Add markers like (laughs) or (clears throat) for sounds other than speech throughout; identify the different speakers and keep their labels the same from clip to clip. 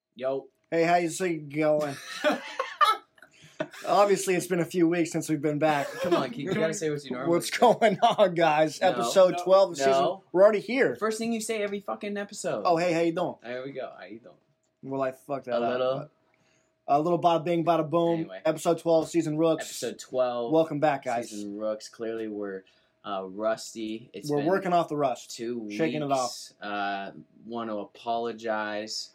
Speaker 1: (laughs) Yo.
Speaker 2: Hey, how you see going? Obviously, it's been a few weeks since we've been back.
Speaker 1: Come on, Keith. You gotta say what you normally
Speaker 2: What's
Speaker 1: say.
Speaker 2: going on, guys?
Speaker 1: No,
Speaker 2: episode
Speaker 1: no,
Speaker 2: twelve of season.
Speaker 1: no.
Speaker 2: We're already here.
Speaker 1: First thing you say every fucking episode.
Speaker 2: Oh, hey, how you doing?
Speaker 1: There we go. How you doing?
Speaker 2: Well, I fucked that
Speaker 1: A
Speaker 2: up.
Speaker 1: little.
Speaker 2: but- A little bada bing, bada boom.
Speaker 1: Anyway.
Speaker 2: Episode twelve, season rooks.
Speaker 1: Episode 12.
Speaker 2: Welcome back, guys.
Speaker 1: Season Rooks. Clearly, we're uh, rusty. It's
Speaker 2: We're
Speaker 1: been
Speaker 2: working off the rust.
Speaker 1: two weeks.
Speaker 2: shaking it
Speaker 1: Uh, want to apologize.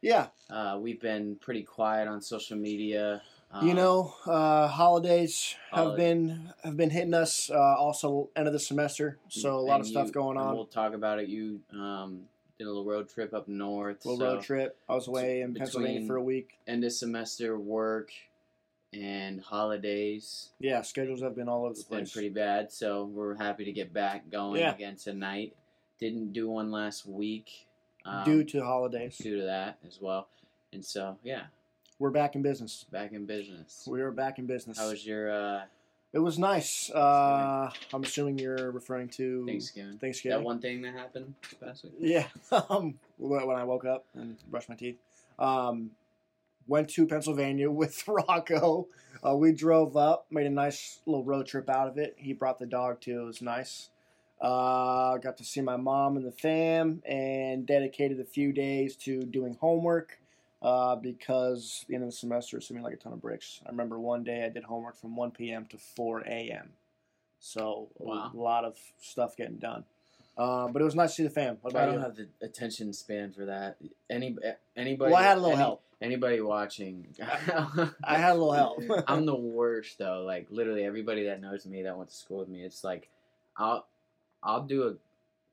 Speaker 2: Yeah,
Speaker 1: Uh, we've been pretty quiet on social media. Um,
Speaker 2: you know, uh, holidays have
Speaker 1: holiday.
Speaker 2: been have been hitting us. Uh, also, end of the semester, so a lot
Speaker 1: and
Speaker 2: of stuff
Speaker 1: you-
Speaker 2: going
Speaker 1: and
Speaker 2: on.
Speaker 1: We'll talk about it. You um, did a little road trip up north.
Speaker 2: little
Speaker 1: so
Speaker 2: road trip. I was away in Pennsylvania
Speaker 1: between-
Speaker 2: for a week.
Speaker 1: End of semester work and holidays.
Speaker 2: Yeah, schedules have been all over the
Speaker 1: It's been
Speaker 2: place.
Speaker 1: pretty bad, so we're happy to get back going
Speaker 2: Yeah.
Speaker 1: again tonight. Didn't do one last week um,
Speaker 2: due to holidays.
Speaker 1: due to that as well, and so yeah,
Speaker 2: We're back in business.
Speaker 1: back in business.
Speaker 2: We are back in business.
Speaker 1: How was your uh,
Speaker 2: it was nice. Uh, I'm assuming you're referring to
Speaker 1: Thanksgiving?
Speaker 2: Thanksgiving.
Speaker 1: That one thing that happened this past week.
Speaker 2: Yeah. (laughs) Um, when when I woke up and brushed my teeth, um, went to Pennsylvania (laughs) with Rocco. Uh, we drove up, made a nice little road trip out of it. He brought the dog too. It was nice. Uh, got to see my mom and the fam, and dedicated a few days to doing homework. Uh, because the end of the semester is seeming like a ton of bricks. I remember one day I did homework from 1 p.m. to 4 a.m. So
Speaker 1: Wow.
Speaker 2: a lot of stuff getting done. Uh, but it was nice to see the fam. What
Speaker 1: I
Speaker 2: about
Speaker 1: don't
Speaker 2: you?
Speaker 1: have the attention span for that. Any anybody?
Speaker 2: well, I had a little
Speaker 1: any-
Speaker 2: help.
Speaker 1: Anybody watching? (laughs)
Speaker 2: I had a little help.
Speaker 1: I'm
Speaker 2: (laughs)
Speaker 1: the worst though. Like literally everybody that knows me that went to school with me, it's like I'll I'll do a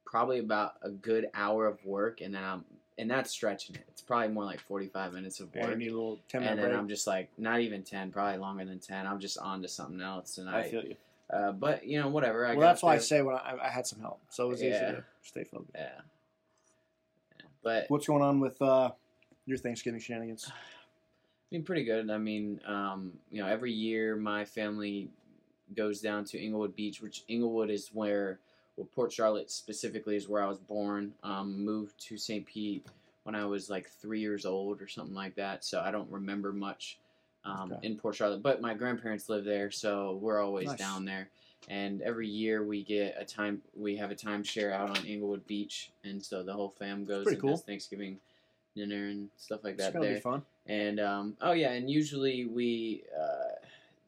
Speaker 1: probably about a good hour of work and then I'm and that's stretching it. It's probably more like 45 minutes of
Speaker 2: Yeah,
Speaker 1: work.
Speaker 2: you need a little ten
Speaker 1: and
Speaker 2: minute
Speaker 1: then
Speaker 2: break.
Speaker 1: I'm just like not even 10, probably longer than 10. I'm just on to something else and
Speaker 2: I
Speaker 1: I
Speaker 2: feel you.
Speaker 1: uh, but you know whatever. I
Speaker 2: well,
Speaker 1: got
Speaker 2: that's why I
Speaker 1: there.
Speaker 2: say when I, I had some help, so it was easy
Speaker 1: Yeah.
Speaker 2: to stay focused.
Speaker 1: yeah. Yeah. But
Speaker 2: What's going on with uh, your Thanksgiving shenanigans?
Speaker 1: I mean, pretty good. I mean, um, you know, every year my family goes down to Inglewood Beach, which Inglewood is where, well, Port Charlotte specifically is where I was born. Um, moved to St. Pete when I was like three years old or something like that. So I don't remember much um,
Speaker 2: Okay.
Speaker 1: in Port Charlotte, but my grandparents live there, so we're always
Speaker 2: Nice.
Speaker 1: down there. And every year we get a time, we have a timeshare out on Inglewood Beach, and so the whole fam goes
Speaker 2: pretty
Speaker 1: and
Speaker 2: cool.
Speaker 1: has Thanksgiving dinner and stuff like
Speaker 2: It's
Speaker 1: that
Speaker 2: gonna
Speaker 1: there
Speaker 2: be fun.
Speaker 1: and um, oh yeah, and usually we uh,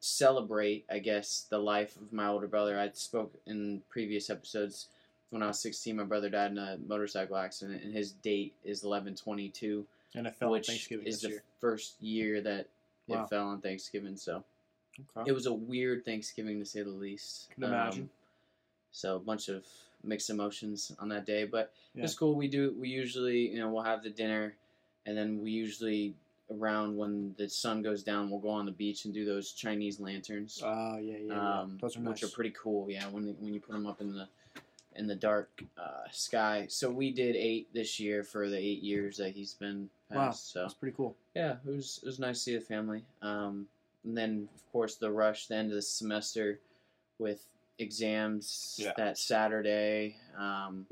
Speaker 1: celebrate, I guess, the life of my older brother. I spoke in previous episodes when I was 16. My brother died in a motorcycle accident, and his date is 11:22,
Speaker 2: And it fell on
Speaker 1: which
Speaker 2: Thanksgiving
Speaker 1: is
Speaker 2: this
Speaker 1: the
Speaker 2: year.
Speaker 1: first year that
Speaker 2: Wow.
Speaker 1: it fell on Thanksgiving. So
Speaker 2: Okay.
Speaker 1: it was a weird Thanksgiving to say the least. Um,
Speaker 2: Can imagine.
Speaker 1: so a bunch of mixed emotions on that day, but
Speaker 2: Yeah.
Speaker 1: it's cool. We do. We usually, you know, we'll have the dinner, and then we usually around when the sun goes down, we'll go on the beach and do those Chinese lanterns,
Speaker 2: Oh yeah, yeah, yeah.
Speaker 1: um,
Speaker 2: Those are nice.
Speaker 1: which are pretty cool. Yeah, when when you put them up in the in the dark uh, sky. So we did eight this year for the eight years that he's been
Speaker 2: Wow.
Speaker 1: passed. So
Speaker 2: That's pretty cool.
Speaker 1: yeah, it was it was nice to see the family. Um, and then of course the rush, the end of the semester, with exams
Speaker 2: Yeah.
Speaker 1: that Saturday. Um,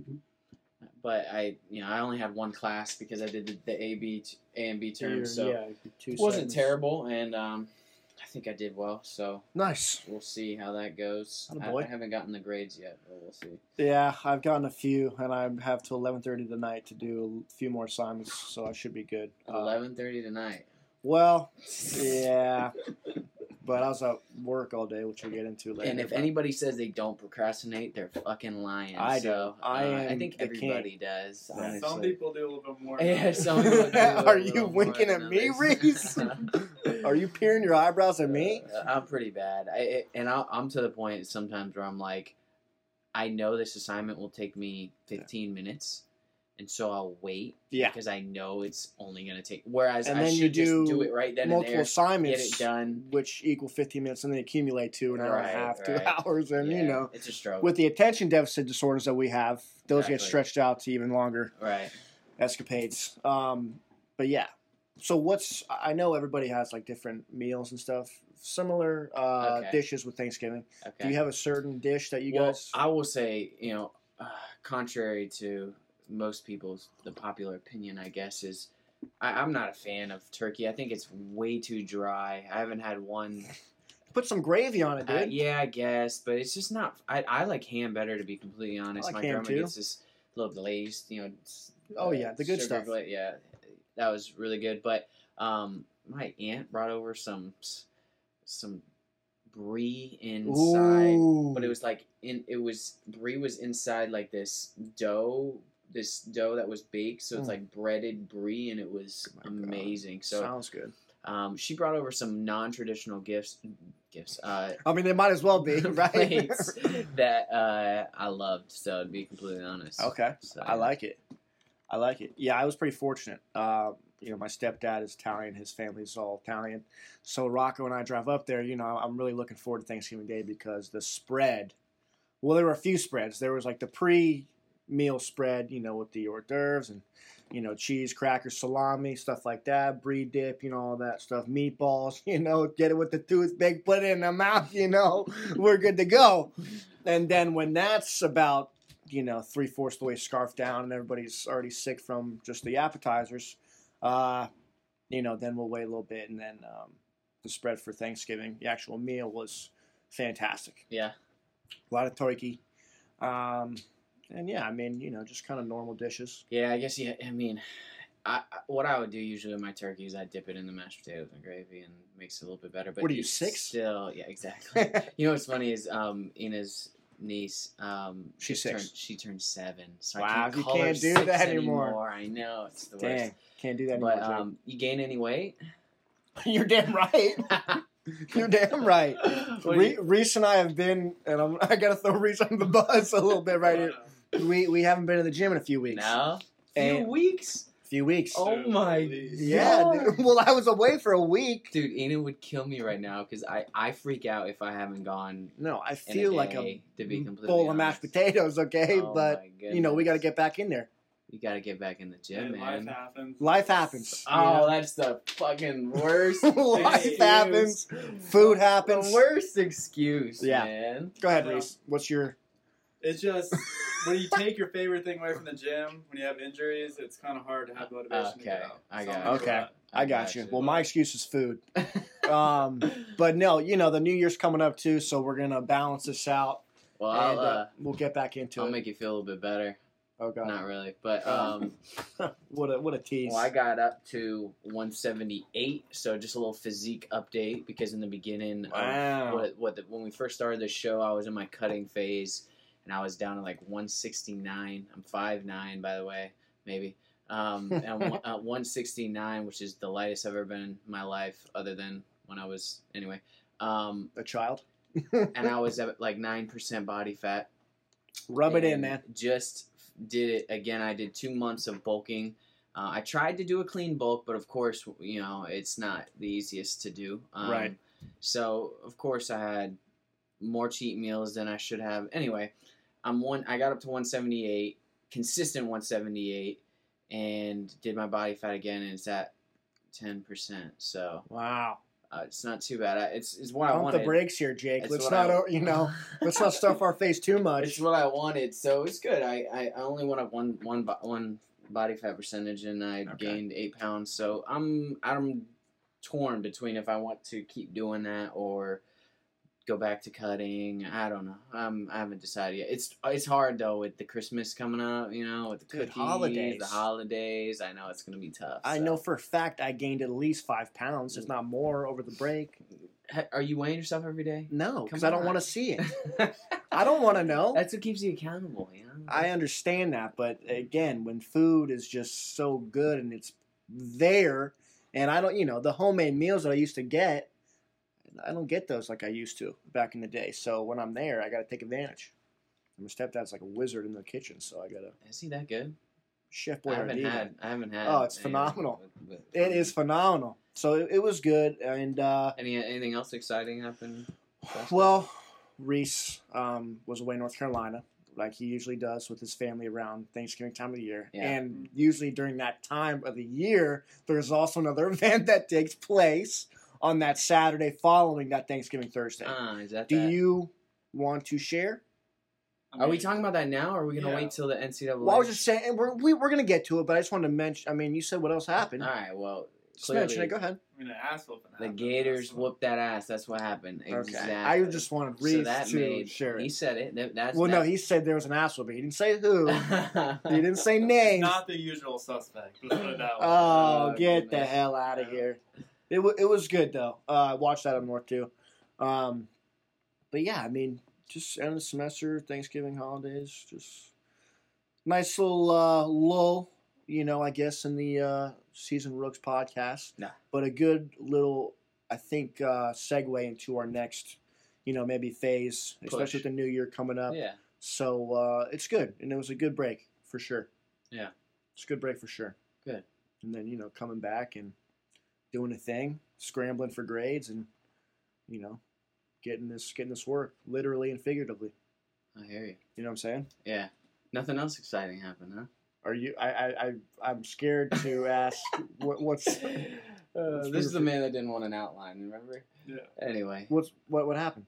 Speaker 1: but I, you know, I only had one class because I did the, the A B t- A and B term,
Speaker 2: Your-
Speaker 1: so
Speaker 2: yeah, your two
Speaker 1: it wasn't
Speaker 2: segments.
Speaker 1: terrible, and um, I think I did well. So
Speaker 2: Nice.
Speaker 1: we'll see how that goes. I,
Speaker 2: Attaboy.
Speaker 1: I haven't gotten the grades yet, but we'll see.
Speaker 2: Yeah, I've gotten a few, and I have till eleven thirty tonight to do a few more assignments, so I should be good. Uh,
Speaker 1: Eleven thirty tonight.
Speaker 2: well, yeah, but I was at work all day, which we'll get into later.
Speaker 1: And if
Speaker 2: but-
Speaker 1: anybody says they don't procrastinate, they're fucking lying.
Speaker 2: I do.
Speaker 1: so,
Speaker 2: I
Speaker 1: uh, I
Speaker 2: am
Speaker 1: think
Speaker 2: the king.
Speaker 1: everybody does.
Speaker 2: Yeah.
Speaker 1: honestly.
Speaker 3: Some people do a
Speaker 1: (laughs)
Speaker 3: little bit
Speaker 2: (laughs)
Speaker 3: more.
Speaker 1: Yeah, some people
Speaker 3: (laughs)
Speaker 1: do a
Speaker 2: Are
Speaker 1: little
Speaker 2: you
Speaker 1: more
Speaker 2: winking
Speaker 1: than
Speaker 2: at me,
Speaker 1: others. (laughs)
Speaker 2: Reese? (laughs) Are you peering your eyebrows at me?
Speaker 1: Uh, I'm pretty bad. I, I- and I'll, I'm to the point sometimes where I'm like, I know this assignment will take me 15 minutes, and so I'll wait
Speaker 2: Yeah.
Speaker 1: because I know it's only going to take. Whereas
Speaker 2: And
Speaker 1: I
Speaker 2: then
Speaker 1: should
Speaker 2: you do
Speaker 1: just do it right then
Speaker 2: Multiple
Speaker 1: and there, get
Speaker 2: assignments,
Speaker 1: it done.
Speaker 2: which equal 15 minutes, and they accumulate to an hour
Speaker 1: Right,
Speaker 2: and a half,
Speaker 1: right.
Speaker 2: two hours, and
Speaker 1: Yeah,
Speaker 2: you know,
Speaker 1: it's a stroke.
Speaker 2: with the attention deficit disorders that we have, those get
Speaker 1: Exactly.
Speaker 2: stretched out to even longer
Speaker 1: right.
Speaker 2: escapades. Um, but yeah, so what's I know everybody has like different meals and stuff, similar uh,
Speaker 1: Okay.
Speaker 2: dishes with Thanksgiving.
Speaker 1: Okay.
Speaker 2: Do you have a certain dish that you
Speaker 1: well,
Speaker 2: guys?
Speaker 1: I will say, you know, uh, contrary to most people's the popular opinion, I guess is I, I'm not a fan of turkey. I think it's way too dry. I haven't had
Speaker 2: (laughs)
Speaker 1: one.
Speaker 2: Put some gravy on it, dude.
Speaker 1: Uh, yeah, I guess, but it's just not. I, I like ham better to be completely honest.
Speaker 2: like
Speaker 1: My
Speaker 2: ham,
Speaker 1: grandma
Speaker 2: too.
Speaker 1: gets this little glazed, you know. s- uh,
Speaker 2: Oh, yeah, the good
Speaker 1: sugar
Speaker 2: stuff.
Speaker 1: gla- yeah, that was really good. But um, my aunt brought over some s- some brie inside
Speaker 2: Ooh.
Speaker 1: but it was like in it was brie was inside like this dough this dough that was baked so it's
Speaker 2: Mm.
Speaker 1: like breaded brie and it was
Speaker 2: Oh my God.
Speaker 1: amazing so
Speaker 2: sounds good.
Speaker 1: um, she brought over some non-traditional gifts gifts uh
Speaker 2: I mean, they might as well be (laughs)
Speaker 1: (laughs)
Speaker 2: right.
Speaker 1: plates
Speaker 2: (laughs)
Speaker 1: that uh i loved so to be completely honest
Speaker 2: okay,
Speaker 1: so,
Speaker 2: I like it. I like it. Yeah, I was pretty fortunate. Uh, you know, my stepdad is Italian. His family's all Italian. So Rocco and I drive up there. You know, I'm really looking forward to Thanksgiving Day because the spread. Well, there were a few spreads. There was like the pre-meal spread, you know, with the hors d'oeuvres and you know cheese, crackers, salami, stuff like that, brie dip, you know, all that stuff, meatballs. (laughs) You know, get it with the toothpick, put it in the mouth. You know, (laughs) we're good to go. And then when that's about you know, three fourths the way scarfed down, and everybody's already sick from just the appetizers. Uh, you know, then we'll wait a little bit, and then um, the spread for Thanksgiving, the actual meal was fantastic.
Speaker 1: yeah
Speaker 2: A lot of turkey, um, and yeah, I mean, you know, just kind of
Speaker 1: (laughs)
Speaker 2: normal dishes.
Speaker 1: yeah i guess yeah i mean I, I- what I would do usually with my turkey is I dip it in the mashed potatoes and gravy and makes it a little bit better. But
Speaker 2: What are
Speaker 1: you
Speaker 2: you, six?
Speaker 1: Still, yeah, exactly.
Speaker 2: (laughs)
Speaker 1: you know what's funny is um Ina's niece um just
Speaker 2: She's six.
Speaker 1: Turned, she turned seven. So
Speaker 2: Wow,
Speaker 1: I can't
Speaker 2: you
Speaker 1: call her
Speaker 2: can't do
Speaker 1: six
Speaker 2: that anymore.
Speaker 1: I know it's the
Speaker 2: Dang,
Speaker 1: worst.
Speaker 2: can't do that anymore.
Speaker 1: But um, you gain any
Speaker 2: (laughs)
Speaker 1: weight?
Speaker 2: Jake. You're damn (laughs) right. (laughs) You're damn right.
Speaker 1: (laughs) What do
Speaker 2: Re-
Speaker 1: you-
Speaker 2: Reese and I have been, and I'm, (laughs) I gotta throw Reese under the bus a little bit
Speaker 1: (laughs)
Speaker 2: right here.
Speaker 3: uh,
Speaker 2: We we haven't been to the gym in a few weeks.
Speaker 1: No, few
Speaker 2: And-
Speaker 1: weeks.
Speaker 2: Few weeks.
Speaker 1: Oh my
Speaker 2: Yeah.
Speaker 1: God.
Speaker 2: dude. (laughs) Well, I was away for a week.
Speaker 1: dude, Ina would kill me right now because I I freak out if I haven't gone.
Speaker 2: No, I
Speaker 1: in
Speaker 2: feel
Speaker 1: a
Speaker 2: like a
Speaker 1: day, to be completely
Speaker 2: bowl of mashed
Speaker 1: honest.
Speaker 2: potatoes, okay?
Speaker 1: Oh
Speaker 2: but,
Speaker 1: my
Speaker 2: you know, we got to
Speaker 1: goodness.
Speaker 2: get back in there.
Speaker 1: You gotta get back in the gym,
Speaker 3: life
Speaker 1: man.
Speaker 3: happens.
Speaker 2: Life happens. you
Speaker 1: Oh,
Speaker 2: know?
Speaker 1: that's the
Speaker 2: (laughs)
Speaker 1: fucking worst.
Speaker 2: Life
Speaker 1: excuse.
Speaker 2: happens. Food happens.
Speaker 1: The worst excuse,
Speaker 2: Yeah.
Speaker 1: man.
Speaker 2: Go ahead,
Speaker 3: Yeah.
Speaker 2: Reese. What's your.
Speaker 3: It's just when you take your favorite thing away from the gym, when you have injuries, it's kind of hard to have motivation. to
Speaker 1: Uh, Okay,
Speaker 3: go.
Speaker 1: I
Speaker 3: So I'm
Speaker 1: got
Speaker 3: cool
Speaker 2: you.
Speaker 3: with
Speaker 2: Okay.
Speaker 3: that.
Speaker 2: I got you. Well, my excuse is food.
Speaker 1: (laughs) well,
Speaker 2: Um, but no, you know, the new year's coming up too, so we're going to balance this out.
Speaker 1: I'll,
Speaker 2: and uh,
Speaker 1: uh,
Speaker 2: we'll get back into
Speaker 1: I'll
Speaker 2: it.
Speaker 1: make you feel a little bit better.
Speaker 2: oh, God.
Speaker 1: Not really, but um,
Speaker 2: Um, (laughs) what, a, what a tease.
Speaker 1: well, I got up to 178, so just a little physique update because in the beginning, um, of
Speaker 2: Wow.
Speaker 1: what, what the, when we first started the show, I was in my cutting phase, and I was down to like 169. I'm 5'9", by the way, maybe. Um, and one- uh, 169, which is the lightest I've ever been in my life, other than when I was anyway. Um,
Speaker 2: a child.
Speaker 1: and I was at like nine percent body fat.
Speaker 2: Rub it in,
Speaker 1: and
Speaker 2: man.
Speaker 1: Just did it again. I did two months of bulking. Uh, I tried to do a clean bulk, but of course, you know, it's not the easiest to do. Um,
Speaker 2: Right.
Speaker 1: So of course, I had more cheat meals than I should have. Anyway, I'm one. I got up to 178, consistent 178, and did my body fat again, and it's at 10%. So
Speaker 2: Wow.
Speaker 1: uh, it's not too bad. I, it's it's what I
Speaker 2: Pump the
Speaker 1: wanted.
Speaker 2: brakes here, Jake.
Speaker 1: It's
Speaker 2: let's
Speaker 1: what
Speaker 2: not,
Speaker 1: I-
Speaker 2: o you know.
Speaker 1: (laughs)
Speaker 2: Let's not stuff our face too
Speaker 1: It's
Speaker 2: much.
Speaker 1: what I wanted, so it's good. I, I, I only went up one one bo- one body fat percentage, and I
Speaker 2: Okay.
Speaker 1: gained eight pounds. So I'm I'm torn between if I want to keep doing that or go back to cutting. I don't know. Um, I haven't decided yet. It's it's hard though with the Christmas coming up. You know, with the
Speaker 2: Dude,
Speaker 1: cookies,
Speaker 2: holidays.
Speaker 1: the holidays. I know it's gonna be tough.
Speaker 2: I
Speaker 1: so.
Speaker 2: know for a fact I gained at least five pounds, if not more, over the break.
Speaker 1: Ha- Are you weighing yourself every day?
Speaker 2: No, because
Speaker 1: Come
Speaker 2: I don't
Speaker 1: on.
Speaker 2: want to see it. (laughs) I don't want to know.
Speaker 1: That's what keeps you accountable. You know.
Speaker 2: (laughs) I understand that, but again, when food is just so good and it's there, and I don't, you know, the homemade meals that I used to get, I don't get those like I used to back in the day. So when I'm there, I got to take advantage. And my stepdad's like a wizard in the kitchen, so I got to
Speaker 1: Is he that good?
Speaker 2: chef
Speaker 1: I
Speaker 2: boyardee.
Speaker 1: haven't had. I haven't had.
Speaker 2: Oh, it's
Speaker 1: anything
Speaker 2: phenomenal.
Speaker 1: with- with-
Speaker 2: It is phenomenal. So it, it was good, and uh,
Speaker 1: Any anything else exciting happen? That's-
Speaker 2: Well, Reese um, was away in North Carolina, like he usually does with his family around Thanksgiving time of the year.
Speaker 1: Yeah.
Speaker 2: And usually during that time of the year, there's also another (laughs) event that takes place on that Saturday following that Thanksgiving Thursday.
Speaker 1: Ah, is Uh, that
Speaker 2: Do
Speaker 1: that?
Speaker 2: you want to share?
Speaker 1: Are we talking about that now, or are we gonna
Speaker 3: Yeah.
Speaker 1: wait till the NCAA?
Speaker 2: Well, I was just saying, and we're we, we're gonna get to it, but I just wanted to mention. I mean, you said what else happened?
Speaker 1: All right. Well,
Speaker 2: just mention
Speaker 1: Uh, clearly
Speaker 2: it. Go ahead.
Speaker 3: I mean, an ass
Speaker 1: the
Speaker 3: whooping. happened.
Speaker 1: Gators
Speaker 3: That's-
Speaker 1: whooped that ass. That's what happened. Exactly.
Speaker 2: Okay. I just wanted to read
Speaker 1: so that
Speaker 2: to
Speaker 1: made
Speaker 2: share it.
Speaker 1: he said it. That, that's
Speaker 2: well, no,
Speaker 1: that-
Speaker 2: he said there was an asshole, but he didn't
Speaker 1: (laughs)
Speaker 2: say who. he didn't say
Speaker 3: It's
Speaker 2: names.
Speaker 3: Not the usual suspect. Let's put it that way.
Speaker 2: Oh,
Speaker 1: Oh,
Speaker 2: get the
Speaker 1: goodness.
Speaker 2: hell out of here! It wa it was good though. Uh, I watched that on North too. Um, but yeah, I mean, just end of semester, Thanksgiving holidays, just nice little uh, lull, you know, I guess in the uh, season Rooks podcast.
Speaker 1: Nah.
Speaker 2: But a good little, I think, uh, segue into our next, you know, maybe phase,
Speaker 1: Push.
Speaker 2: especially with the new year coming
Speaker 1: (laughs)
Speaker 2: up.
Speaker 1: yeah.
Speaker 2: So uh, it's good, and it was a good break for sure.
Speaker 1: Yeah.
Speaker 2: it's a good break for sure.
Speaker 1: Good.
Speaker 2: And then you know coming back and doing a thing, scrambling for grades, and you know getting this getting this work literally and figuratively.
Speaker 1: I hear you.
Speaker 2: You know what I'm saying?
Speaker 1: Yeah. Nothing else exciting happened,
Speaker 2: (laughs)
Speaker 1: huh?
Speaker 2: Are you? I I, I I'm scared to ask what, what's
Speaker 1: Uh, this is the man that didn't want an outline. Remember?
Speaker 3: Yeah.
Speaker 1: Anyway,
Speaker 2: what's what what happened.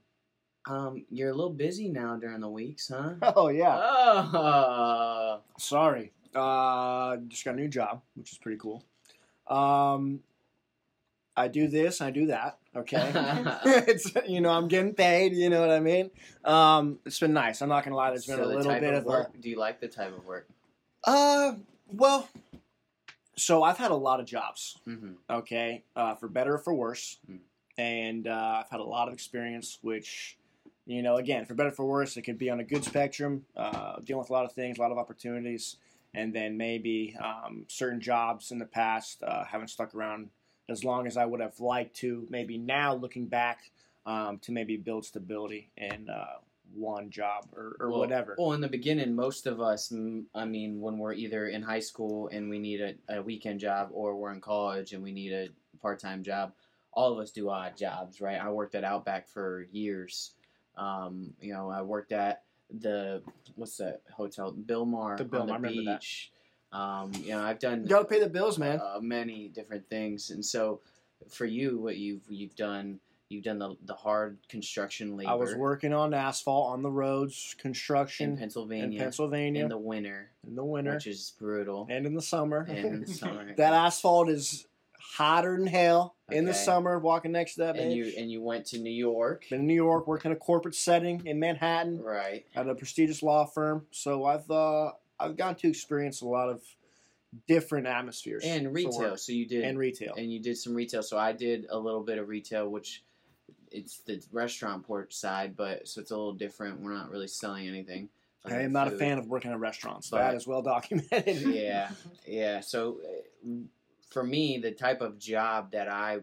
Speaker 1: um, you're a little busy now during the weeks, huh?
Speaker 2: Oh yeah,
Speaker 1: Oh.
Speaker 2: sorry. Uh, just got a new job, which is pretty cool. Um, I do this, I do that.
Speaker 1: (laughs)
Speaker 2: Okay. (laughs) it's you know I'm getting paid. You know what I mean. Um, it's been nice. I'm not gonna lie. There's been
Speaker 1: So
Speaker 2: a
Speaker 1: the
Speaker 2: little
Speaker 1: type
Speaker 2: bit of,
Speaker 1: work. Do you like the type of work?
Speaker 2: a uh, well, so I've had a lot of jobs.
Speaker 1: Mm-hmm.
Speaker 2: Okay, uh, for better or for worse,
Speaker 1: Mm.
Speaker 2: and uh, I've had a lot of experience, which. You know, again, for better or for worse, it could be on a good spectrum, uh, dealing with a lot of things, a lot of opportunities, and then maybe um, certain jobs in the past uh, haven't stuck around as long as I would have liked to. Maybe now, looking back, um, to maybe build stability in uh, one job or, or
Speaker 1: well,
Speaker 2: whatever.
Speaker 1: Well, in the beginning, most of us, mm, I mean, when we're either in high school and we need a, a weekend job, or we're in college and we need a part time job, all of us do odd jobs, right? I worked at Outback for years. Um, you know, I worked at the what's that hotel, Billmar
Speaker 2: The Billmar, I
Speaker 1: on the
Speaker 2: remember that.
Speaker 1: beach. Um, you know, I've done
Speaker 2: you gotta pay the bills, man.
Speaker 1: uh, many different things. And so, for you, what you've you've done, you've done the, the hard construction labor
Speaker 2: I was working on asphalt on the roads,
Speaker 1: in
Speaker 2: construction
Speaker 1: Pennsylvania,
Speaker 2: in Pennsylvania
Speaker 1: in
Speaker 2: in
Speaker 1: the
Speaker 2: the,
Speaker 1: winter,
Speaker 2: winter
Speaker 1: which is brutal,
Speaker 2: and in the summer.
Speaker 1: (laughs) and
Speaker 2: (laughs)
Speaker 1: in the summer.
Speaker 2: that asphalt is hotter than hell in the
Speaker 1: Okay.
Speaker 2: summer. Walking next to that,
Speaker 1: and
Speaker 2: bitch.
Speaker 1: you and you went to New York,
Speaker 2: been in New York, working in a corporate setting in Manhattan.
Speaker 1: right?
Speaker 2: at a prestigious law firm. So I've uh, I've gotten to experience a lot of different atmospheres
Speaker 1: And
Speaker 2: for
Speaker 1: retail.
Speaker 2: work.
Speaker 1: So you did
Speaker 2: and retail.
Speaker 1: and you did some retail. So I did a little bit of retail, which it's the restaurant port side, but so it's a little different. We're not really selling anything.
Speaker 2: I am not a fan of working at restaurants. that
Speaker 1: But-
Speaker 2: is well documented.
Speaker 1: (laughs) yeah, yeah. So uh, for me, the type of job that I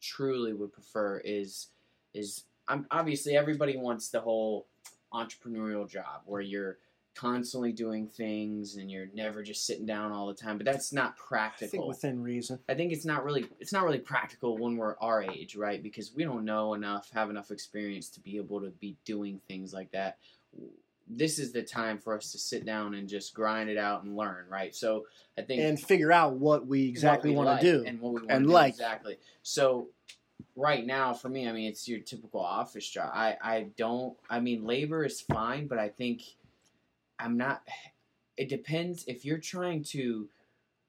Speaker 1: truly would prefer is is I'm obviously everybody wants the whole entrepreneurial job where you're constantly doing things and you're never just sitting down all the time. But that's not
Speaker 2: I think
Speaker 1: practical.
Speaker 2: within reason.
Speaker 1: I think it's not really it's not really practical when we're our age, right? Because we don't know enough, have enough experience to be able to be doing things like that. This is the time for us to sit down and just grind it out and learn, right? So I think
Speaker 2: And figure out what we exactly
Speaker 1: what we
Speaker 2: want to
Speaker 1: like
Speaker 2: do.
Speaker 1: and what we want
Speaker 2: and
Speaker 1: to do
Speaker 2: like.
Speaker 1: exactly. So right now for me, I mean, it's your typical office job. I I don't. I mean, labor is fine, but I think I'm not. It depends if you're trying to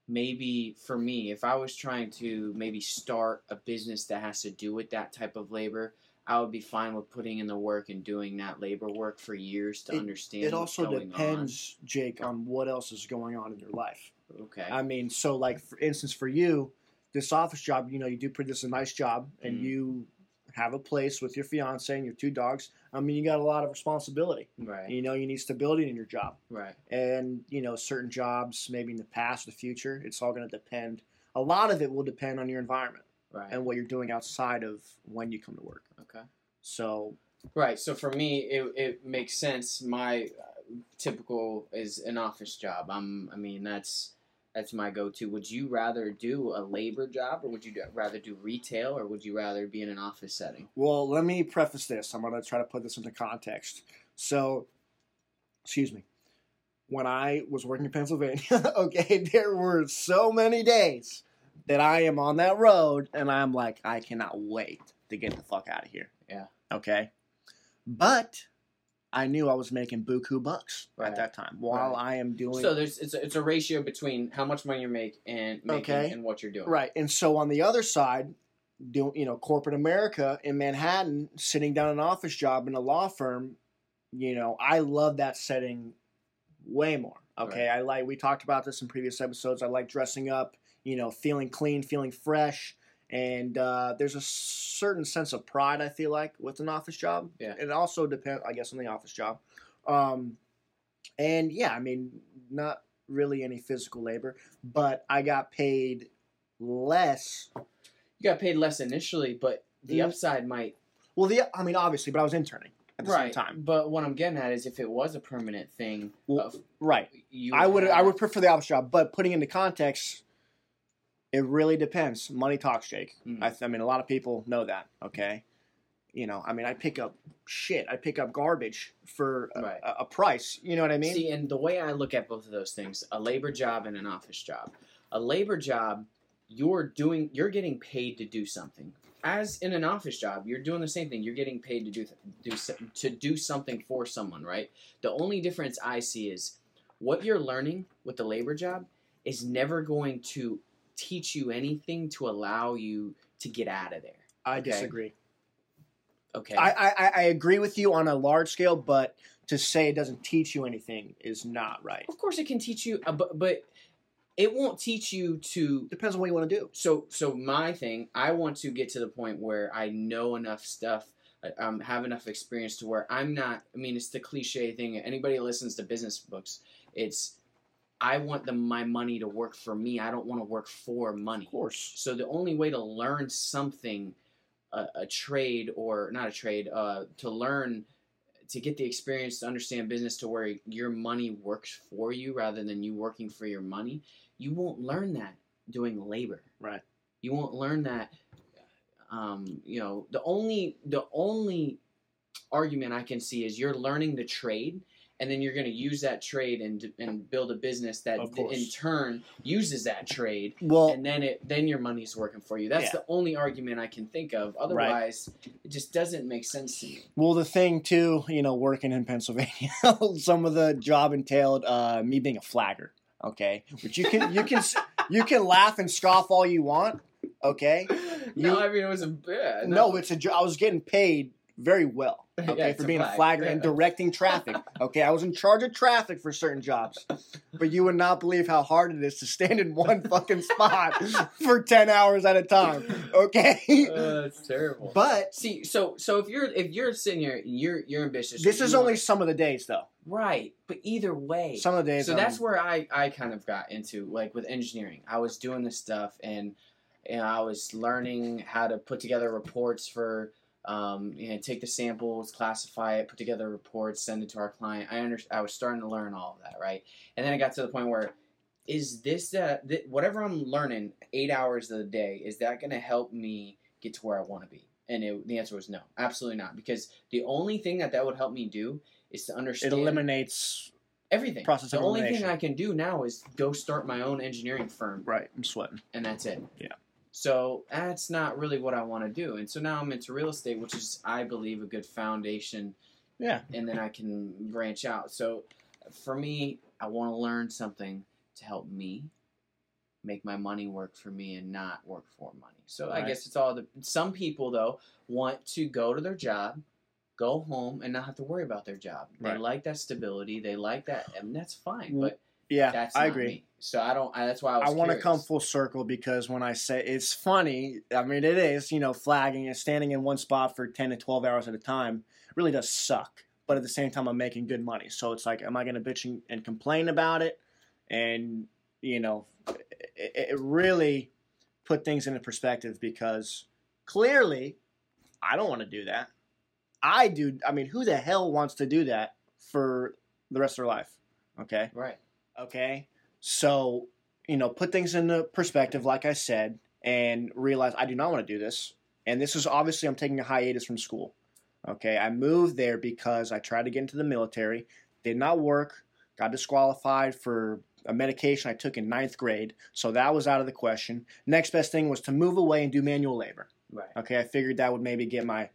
Speaker 1: maybe for me if i was trying to maybe start a business that has to do with that type of labor i would be fine with putting in the work and doing that labor work for years to
Speaker 2: It-
Speaker 1: understand
Speaker 2: it
Speaker 1: what's
Speaker 2: also
Speaker 1: going
Speaker 2: depends, Jake, on what else is going on in your life.
Speaker 1: on. okay
Speaker 2: I mean, so like for instance, for you, this office job, you know, you do pretty this is a nice job, and
Speaker 1: Mhm.
Speaker 2: you have a place with your fiance and your two dogs. I mean, you got a lot of responsibility.
Speaker 1: right
Speaker 2: You know, you need stability in your job.
Speaker 1: right
Speaker 2: And, you know, certain jobs, maybe in the past, the future, it's all going to depend. A lot of it will depend on your environment
Speaker 1: right
Speaker 2: and what you're doing outside of when you come to work.
Speaker 1: okay
Speaker 2: So,
Speaker 1: Right. So for me, it, it makes sense. My uh, typical is an office job. I'm. I mean, that's that's my go-to. Would you rather do a labor job, or would you do- rather do retail, or would you rather be in an office setting?
Speaker 2: well, let me preface this. I'm going to try to put this into context. So, excuse me. When I was working in Pennsylvania, (laughs) okay, there were so many days that I am on that road and I'm like, I cannot wait to get the fuck out of here.
Speaker 1: Yeah.
Speaker 2: Okay. But I knew I was making buku bucks
Speaker 1: Right.
Speaker 2: at that time while
Speaker 1: Right.
Speaker 2: I am doing
Speaker 1: So there's it's a, it's a ratio between how much money you make and making
Speaker 2: Okay.
Speaker 1: and what you're doing.
Speaker 2: Right. And so on the other side, doing you know, corporate America in Manhattan, sitting down an office job in a law firm, you know, I love that setting way more. Okay. I like we talked about this in previous episodes. I like dressing up, you know, feeling clean, feeling fresh. And uh, there's a certain sense of pride I feel like with an office job.
Speaker 1: Yeah.
Speaker 2: It also depends, I guess, on the office job. Um, and yeah, I mean, not really any physical labor, but I got paid less.
Speaker 1: You got paid less initially, but the
Speaker 2: Mhm.
Speaker 1: upside might
Speaker 2: Well, the I mean, obviously, but I was interning at the
Speaker 1: right.
Speaker 2: same time.
Speaker 1: But what I'm getting at is if it was a permanent thing,
Speaker 2: Well,
Speaker 1: of-
Speaker 2: Right.
Speaker 1: you
Speaker 2: I would I
Speaker 1: have-
Speaker 2: would prefer the office job, but putting into context, it really depends. Money talks, Jake.
Speaker 1: Mm.
Speaker 2: I, th- I mean, a lot of people know that. Okay. You know, I mean, I pick up shit. I pick up garbage for a,
Speaker 1: Right.
Speaker 2: a, a price. You know what I mean?
Speaker 1: See, and the way I look at both of those things, a labor job and an office job. A labor job, you're doing, you're getting paid to do something. As in an office job, you're doing the same thing. You're getting paid to do do so- to do something for someone, right? The only difference I see is what you're learning with the labor job is never going to teach you anything to allow you to get out of there.
Speaker 2: I
Speaker 1: okay.
Speaker 2: disagree.
Speaker 1: Okay.
Speaker 2: I, I, I- I agree with you on a large scale, but to say it doesn't teach you anything is not right.
Speaker 1: of course, it can teach you, uh, but but it won't teach you to
Speaker 2: Depends on what you want to do.
Speaker 1: so so my thing i want to get to the point where i know enough stuff I- um, have enough experience to where i'm not i mean it's the cliche thing anybody that listens to business books it's i want the, my money to work for me i don't want to work for money
Speaker 2: Of course.
Speaker 1: so the only way to learn something a, a trade or not a trade uh, to learn to get the experience to understand business to where your money works for you rather than you working for your money you won't learn that doing labor
Speaker 2: Right.
Speaker 1: you won't learn that um, you know the only the only argument i can see is you're learning the trade and then you're going to use that trade and, and build a business that
Speaker 2: Of course.
Speaker 1: in turn uses that trade
Speaker 2: Well,
Speaker 1: and then it then your money's working for you. That's
Speaker 2: Yeah.
Speaker 1: the only argument I can think of. Otherwise, it just doesn't make sense to me.
Speaker 2: well, the thing too, you know, working in Pennsylvania, (laughs) some of the job entailed uh, me being a flagger. Okay, which you can you can s- you can laugh and scoff all you want. Okay,
Speaker 1: (laughs) no,
Speaker 2: You-
Speaker 1: I mean it was a yeah,
Speaker 2: no, it's a job. I was getting paid very well.
Speaker 1: (laughs) Yeah,
Speaker 2: Okay,
Speaker 1: it's
Speaker 2: for
Speaker 1: a
Speaker 2: being a
Speaker 1: flag,
Speaker 2: flagger
Speaker 1: yeah.
Speaker 2: and directing traffic. Okay, I was in charge of traffic for certain jobs, but you would not believe how hard it is to stand
Speaker 1: (laughs)
Speaker 2: in one fucking spot for ten hours at a time. Okay,
Speaker 1: Uh, it's terrible.
Speaker 2: but
Speaker 1: see, so so if you're if you're sitting here, and you're you're ambitious.
Speaker 2: this
Speaker 1: you
Speaker 2: is
Speaker 1: want-
Speaker 2: only some of the days, though.
Speaker 1: right, but either way,
Speaker 2: Some of the days. um,
Speaker 1: so
Speaker 2: I'm-
Speaker 1: that's where I, I kind of got into like with engineering i was doing this stuff and you know, i was learning how to put together reports for um, you know, take the samples classify it put together reports send it to our client i under, i was starting to learn all of that right and then i got to the point where is this that th- whatever i'm learning eight hours of the day is that going to help me get to where i want to be and it, the answer was no absolutely not because the only thing that that would help me do is to
Speaker 2: it
Speaker 1: understand
Speaker 2: eliminates.
Speaker 1: everything.
Speaker 2: Process
Speaker 1: the
Speaker 2: of
Speaker 1: only thing
Speaker 2: elimination.
Speaker 1: I can do now is go start my own engineering firm,
Speaker 2: Right, I'm sweating.
Speaker 1: and that's it.
Speaker 2: Yeah.
Speaker 1: So that's not really what I want to do, and so now I'm into real estate, which is, I believe, a good foundation,
Speaker 2: Yeah,
Speaker 1: and then I can branch out. So for me, I want to learn something to help me make my money work for me and not work for money. So I
Speaker 2: Right.
Speaker 1: guess it's all the. Some people though want to go to their job. Go home and not have to worry about their job. They
Speaker 2: Right.
Speaker 1: like that stability. They like that, and that's fine.
Speaker 2: Mm.
Speaker 1: But
Speaker 2: yeah,
Speaker 1: that's
Speaker 2: I
Speaker 1: not
Speaker 2: agree.
Speaker 1: me. So I don't. I, that's why I was.
Speaker 2: I want to
Speaker 1: curious.
Speaker 2: come full circle because when I say it's funny, I mean it is. You know, flagging and standing in one spot for ten to twelve hours at a time really does suck. But at the same time, I'm making good money, so it's like, am I going to bitch and, and complain about it? And you know, it, it it really put things into perspective because clearly, I don't want to do that. I do. I mean, who the hell wants to do that for the rest of their life? Okay.
Speaker 1: Right.
Speaker 2: Okay. So, you know, put things into perspective, like I said, and realize I do not want to do this. And this is obviously, I'm taking a hiatus from school. Okay. I moved there because I tried to get into the military, did not work, got disqualified for a medication I took in ninth grade. So that was out of the question. Next best thing was to move away and do manual labor.
Speaker 1: Right.
Speaker 2: Okay, I figured that would maybe get my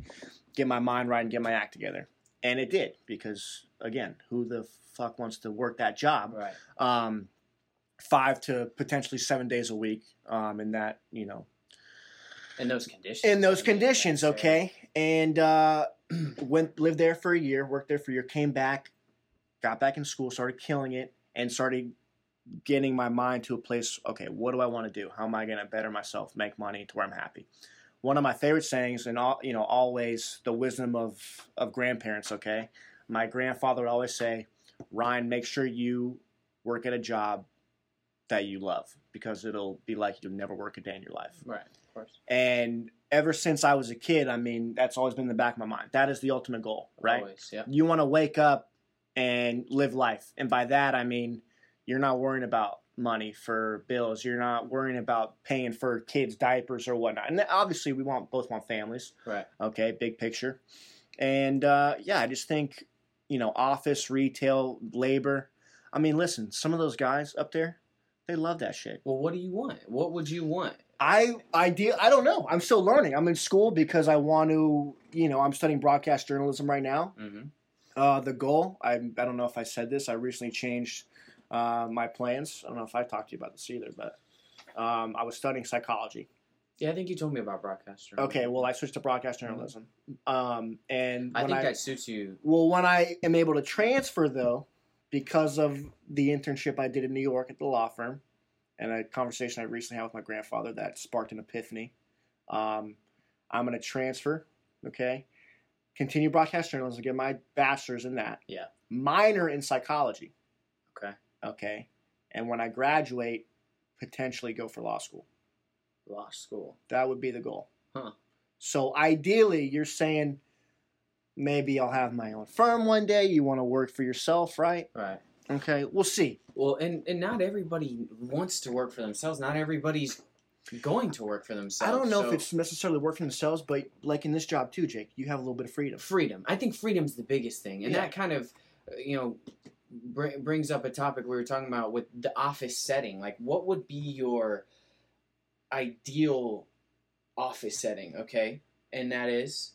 Speaker 2: get my mind right and get my act together. and it did because again, who the fuck wants to work that job?
Speaker 1: Right.
Speaker 2: um, five to potentially seven days a week um, in that you know
Speaker 1: In those conditions.
Speaker 2: in those
Speaker 1: I mean,
Speaker 2: conditions
Speaker 1: that's, uh,
Speaker 2: okay and uh, (clears throat) went lived there for a year worked there for a year came back got back in school started killing it and started getting my mind to a place okay what do i want to do how am i going to better myself make money to where i'm happy one of my favorite sayings and all you know always the wisdom of of grandparents okay my grandfather would always say ryan make sure you work at a job that you love because it'll be like you'll never work a day in your life
Speaker 1: Right. Of course.
Speaker 2: and ever since I was a kid, I mean, that's always been in the back of my mind. That is the ultimate goal, right?
Speaker 1: Always, yeah.
Speaker 2: You want to wake up and live life. And by that, I mean, you're not worrying about money for bills. You're not worrying about paying for kids' diapers or whatnot. And obviously, we want both want families,
Speaker 1: Right.
Speaker 2: okay? Big picture. And uh, yeah, I just think, you know, office, retail, labor. I mean, listen, some of those guys up there, they love that shit.
Speaker 1: Well, what do you want? What would you want?
Speaker 2: I idea I don't know. I'm still learning. I'm in school because I want to, you know, I'm studying broadcast journalism right now.
Speaker 1: Mm-hmm.
Speaker 2: Uh, the goal, I I don't know if I said this. I recently changed uh, my plans. I don't know if I talked to you about this either, but um, I was studying psychology.
Speaker 1: Yeah, I think you told me about broadcaster. Mm-hmm.
Speaker 2: Okay, well, I switched to broadcast journalism. Um, and
Speaker 1: I
Speaker 2: when
Speaker 1: think that suits you.
Speaker 2: Well, when I am able to transfer, though, because of the internship I did in New York at the law firm and a conversation I recently had with my grandfather that sparked an epiphany, um, I'm going to transfer, okay? Continue broadcast journalism, get my bachelor's in that.
Speaker 1: Yeah.
Speaker 2: Minor in psychology.
Speaker 1: Okay.
Speaker 2: Okay. And when I graduate, potentially go for law school.
Speaker 1: Law school.
Speaker 2: That would be the goal.
Speaker 1: Huh.
Speaker 2: So ideally, you're saying maybe I'll have my own firm one day. You want to work for yourself, right?
Speaker 1: Right.
Speaker 2: Okay, we'll see.
Speaker 1: Well, and and not everybody wants to work for themselves. Not everybody's going to work for themselves.
Speaker 2: I don't know
Speaker 1: so-
Speaker 2: if it's necessarily work for themselves, but like in this job too, Jake, you have a little bit of freedom. (laughs)
Speaker 1: freedom. I think freedom's the biggest thing, and
Speaker 2: Yeah.
Speaker 1: that kind of, uh, you know, br- brings up a topic we were talking about with the office setting. Like, what would be your ideal office setting? Okay, and that is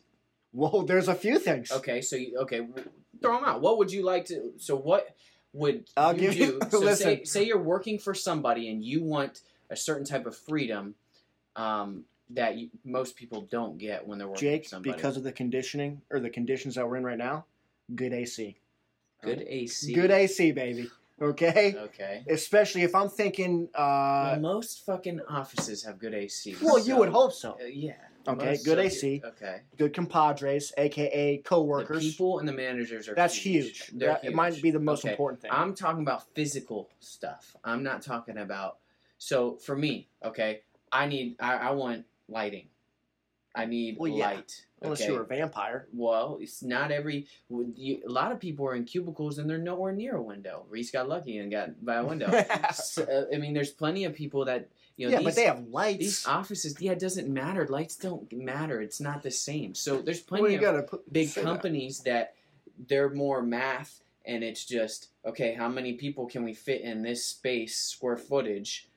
Speaker 2: Whoa, there's a few things.
Speaker 1: okay. So you, okay, w- throw them out. What would you like to? So what would
Speaker 2: I'll
Speaker 1: you
Speaker 2: give
Speaker 1: do?
Speaker 2: you-
Speaker 1: So say
Speaker 2: listen.
Speaker 1: say you're working for somebody and you want a certain type of freedom. Um, that you, most people don't get when they're working for
Speaker 2: Jake,
Speaker 1: somebody.
Speaker 2: because of the conditioning or the conditions that we're in right now, good AC.
Speaker 1: good AC,
Speaker 2: Good AC, baby. Okay?
Speaker 1: okay.
Speaker 2: Especially if I'm thinking,
Speaker 1: Well,
Speaker 2: uh,
Speaker 1: most fucking offices have good AC.
Speaker 2: well, you
Speaker 1: so-
Speaker 2: would hope so.
Speaker 1: Uh, yeah.
Speaker 2: Okay,
Speaker 1: most
Speaker 2: good
Speaker 1: of-
Speaker 2: AC.
Speaker 1: Okay.
Speaker 2: Good compadres, aka
Speaker 1: The
Speaker 2: coworkers.
Speaker 1: people and the managers are.
Speaker 2: That's huge.
Speaker 1: They're
Speaker 2: That- It might
Speaker 1: huge.
Speaker 2: be the most
Speaker 1: Okay.
Speaker 2: important thing.
Speaker 1: I'm talking about physical stuff. I'm not talking about. So for me, okay, I need. I, I want lighting. I need
Speaker 2: Well, yeah.
Speaker 1: light.
Speaker 2: Unless
Speaker 1: okay?
Speaker 2: you were a vampire.
Speaker 1: Well, it's not every. would you- A lot of people are in cubicles and they're nowhere near a window. Reese got lucky and got by a
Speaker 2: (laughs)
Speaker 1: window. so, I mean, there's plenty of people that you know.
Speaker 2: yeah,
Speaker 1: these,
Speaker 2: but they have lights.
Speaker 1: These offices, yeah, it doesn't matter. Lights don't matter. It's not the same. So there's
Speaker 2: Well,
Speaker 1: plenty
Speaker 2: you
Speaker 1: of
Speaker 2: gotta put-
Speaker 1: big
Speaker 2: say that.
Speaker 1: companies that. they're more math, and it's just okay. How many people can we fit in this space, square footage,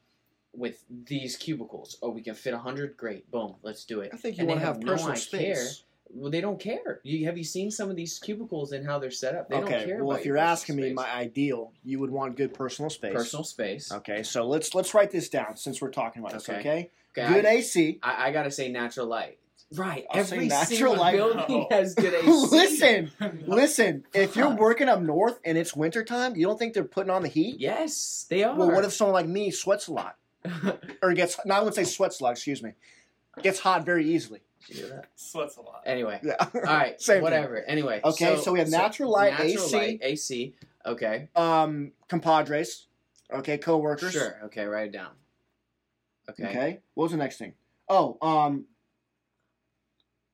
Speaker 1: with these cubicles? Oh, we can fit hundred. Great, boom, let's do it.
Speaker 2: I think you
Speaker 1: and they
Speaker 2: want to have,
Speaker 1: have no
Speaker 2: personal
Speaker 1: idea.
Speaker 2: space.
Speaker 1: Well, they don't care. You have you seen some of these cubicles and how they're set up? They don't
Speaker 2: okay.
Speaker 1: care.
Speaker 2: Well,
Speaker 1: about
Speaker 2: if
Speaker 1: your
Speaker 2: you're
Speaker 1: personal
Speaker 2: asking me
Speaker 1: space.
Speaker 2: my ideal, you would want good personal space.
Speaker 1: personal space,
Speaker 2: Okay, so let's let's write this down since we're talking about this.
Speaker 1: Okay.
Speaker 2: Okay.
Speaker 1: okay,
Speaker 2: Good
Speaker 1: I,
Speaker 2: AC.
Speaker 1: I, I gotta say natural light. Right,
Speaker 2: I'll say
Speaker 1: every
Speaker 2: natural
Speaker 1: single
Speaker 2: light.
Speaker 1: building
Speaker 3: No.
Speaker 1: has good AC.
Speaker 2: (laughs) listen,
Speaker 1: (laughs)
Speaker 2: listen. If you're
Speaker 1: Fuck.
Speaker 2: working up north and it's wintertime, you don't think they're putting on the heat?
Speaker 1: Yes, they are.
Speaker 2: Well, what if someone like me sweats a lot,
Speaker 1: (laughs) if?
Speaker 2: or gets not? Let's say sweats a lot. Excuse me. Gets hot very easily.
Speaker 3: Sweats a lot.
Speaker 2: (laughs)
Speaker 1: anyway,
Speaker 2: Yeah.
Speaker 1: all right,
Speaker 2: Same thing.
Speaker 1: whatever. Anyway,
Speaker 2: Okay, so, we have natural light,
Speaker 1: natural
Speaker 2: AC,
Speaker 1: light, AC. Okay,
Speaker 2: um, compadres, okay, coworkers.
Speaker 1: sure. Okay, write it down. Okay.
Speaker 2: Okay. What was the next thing? Oh, um,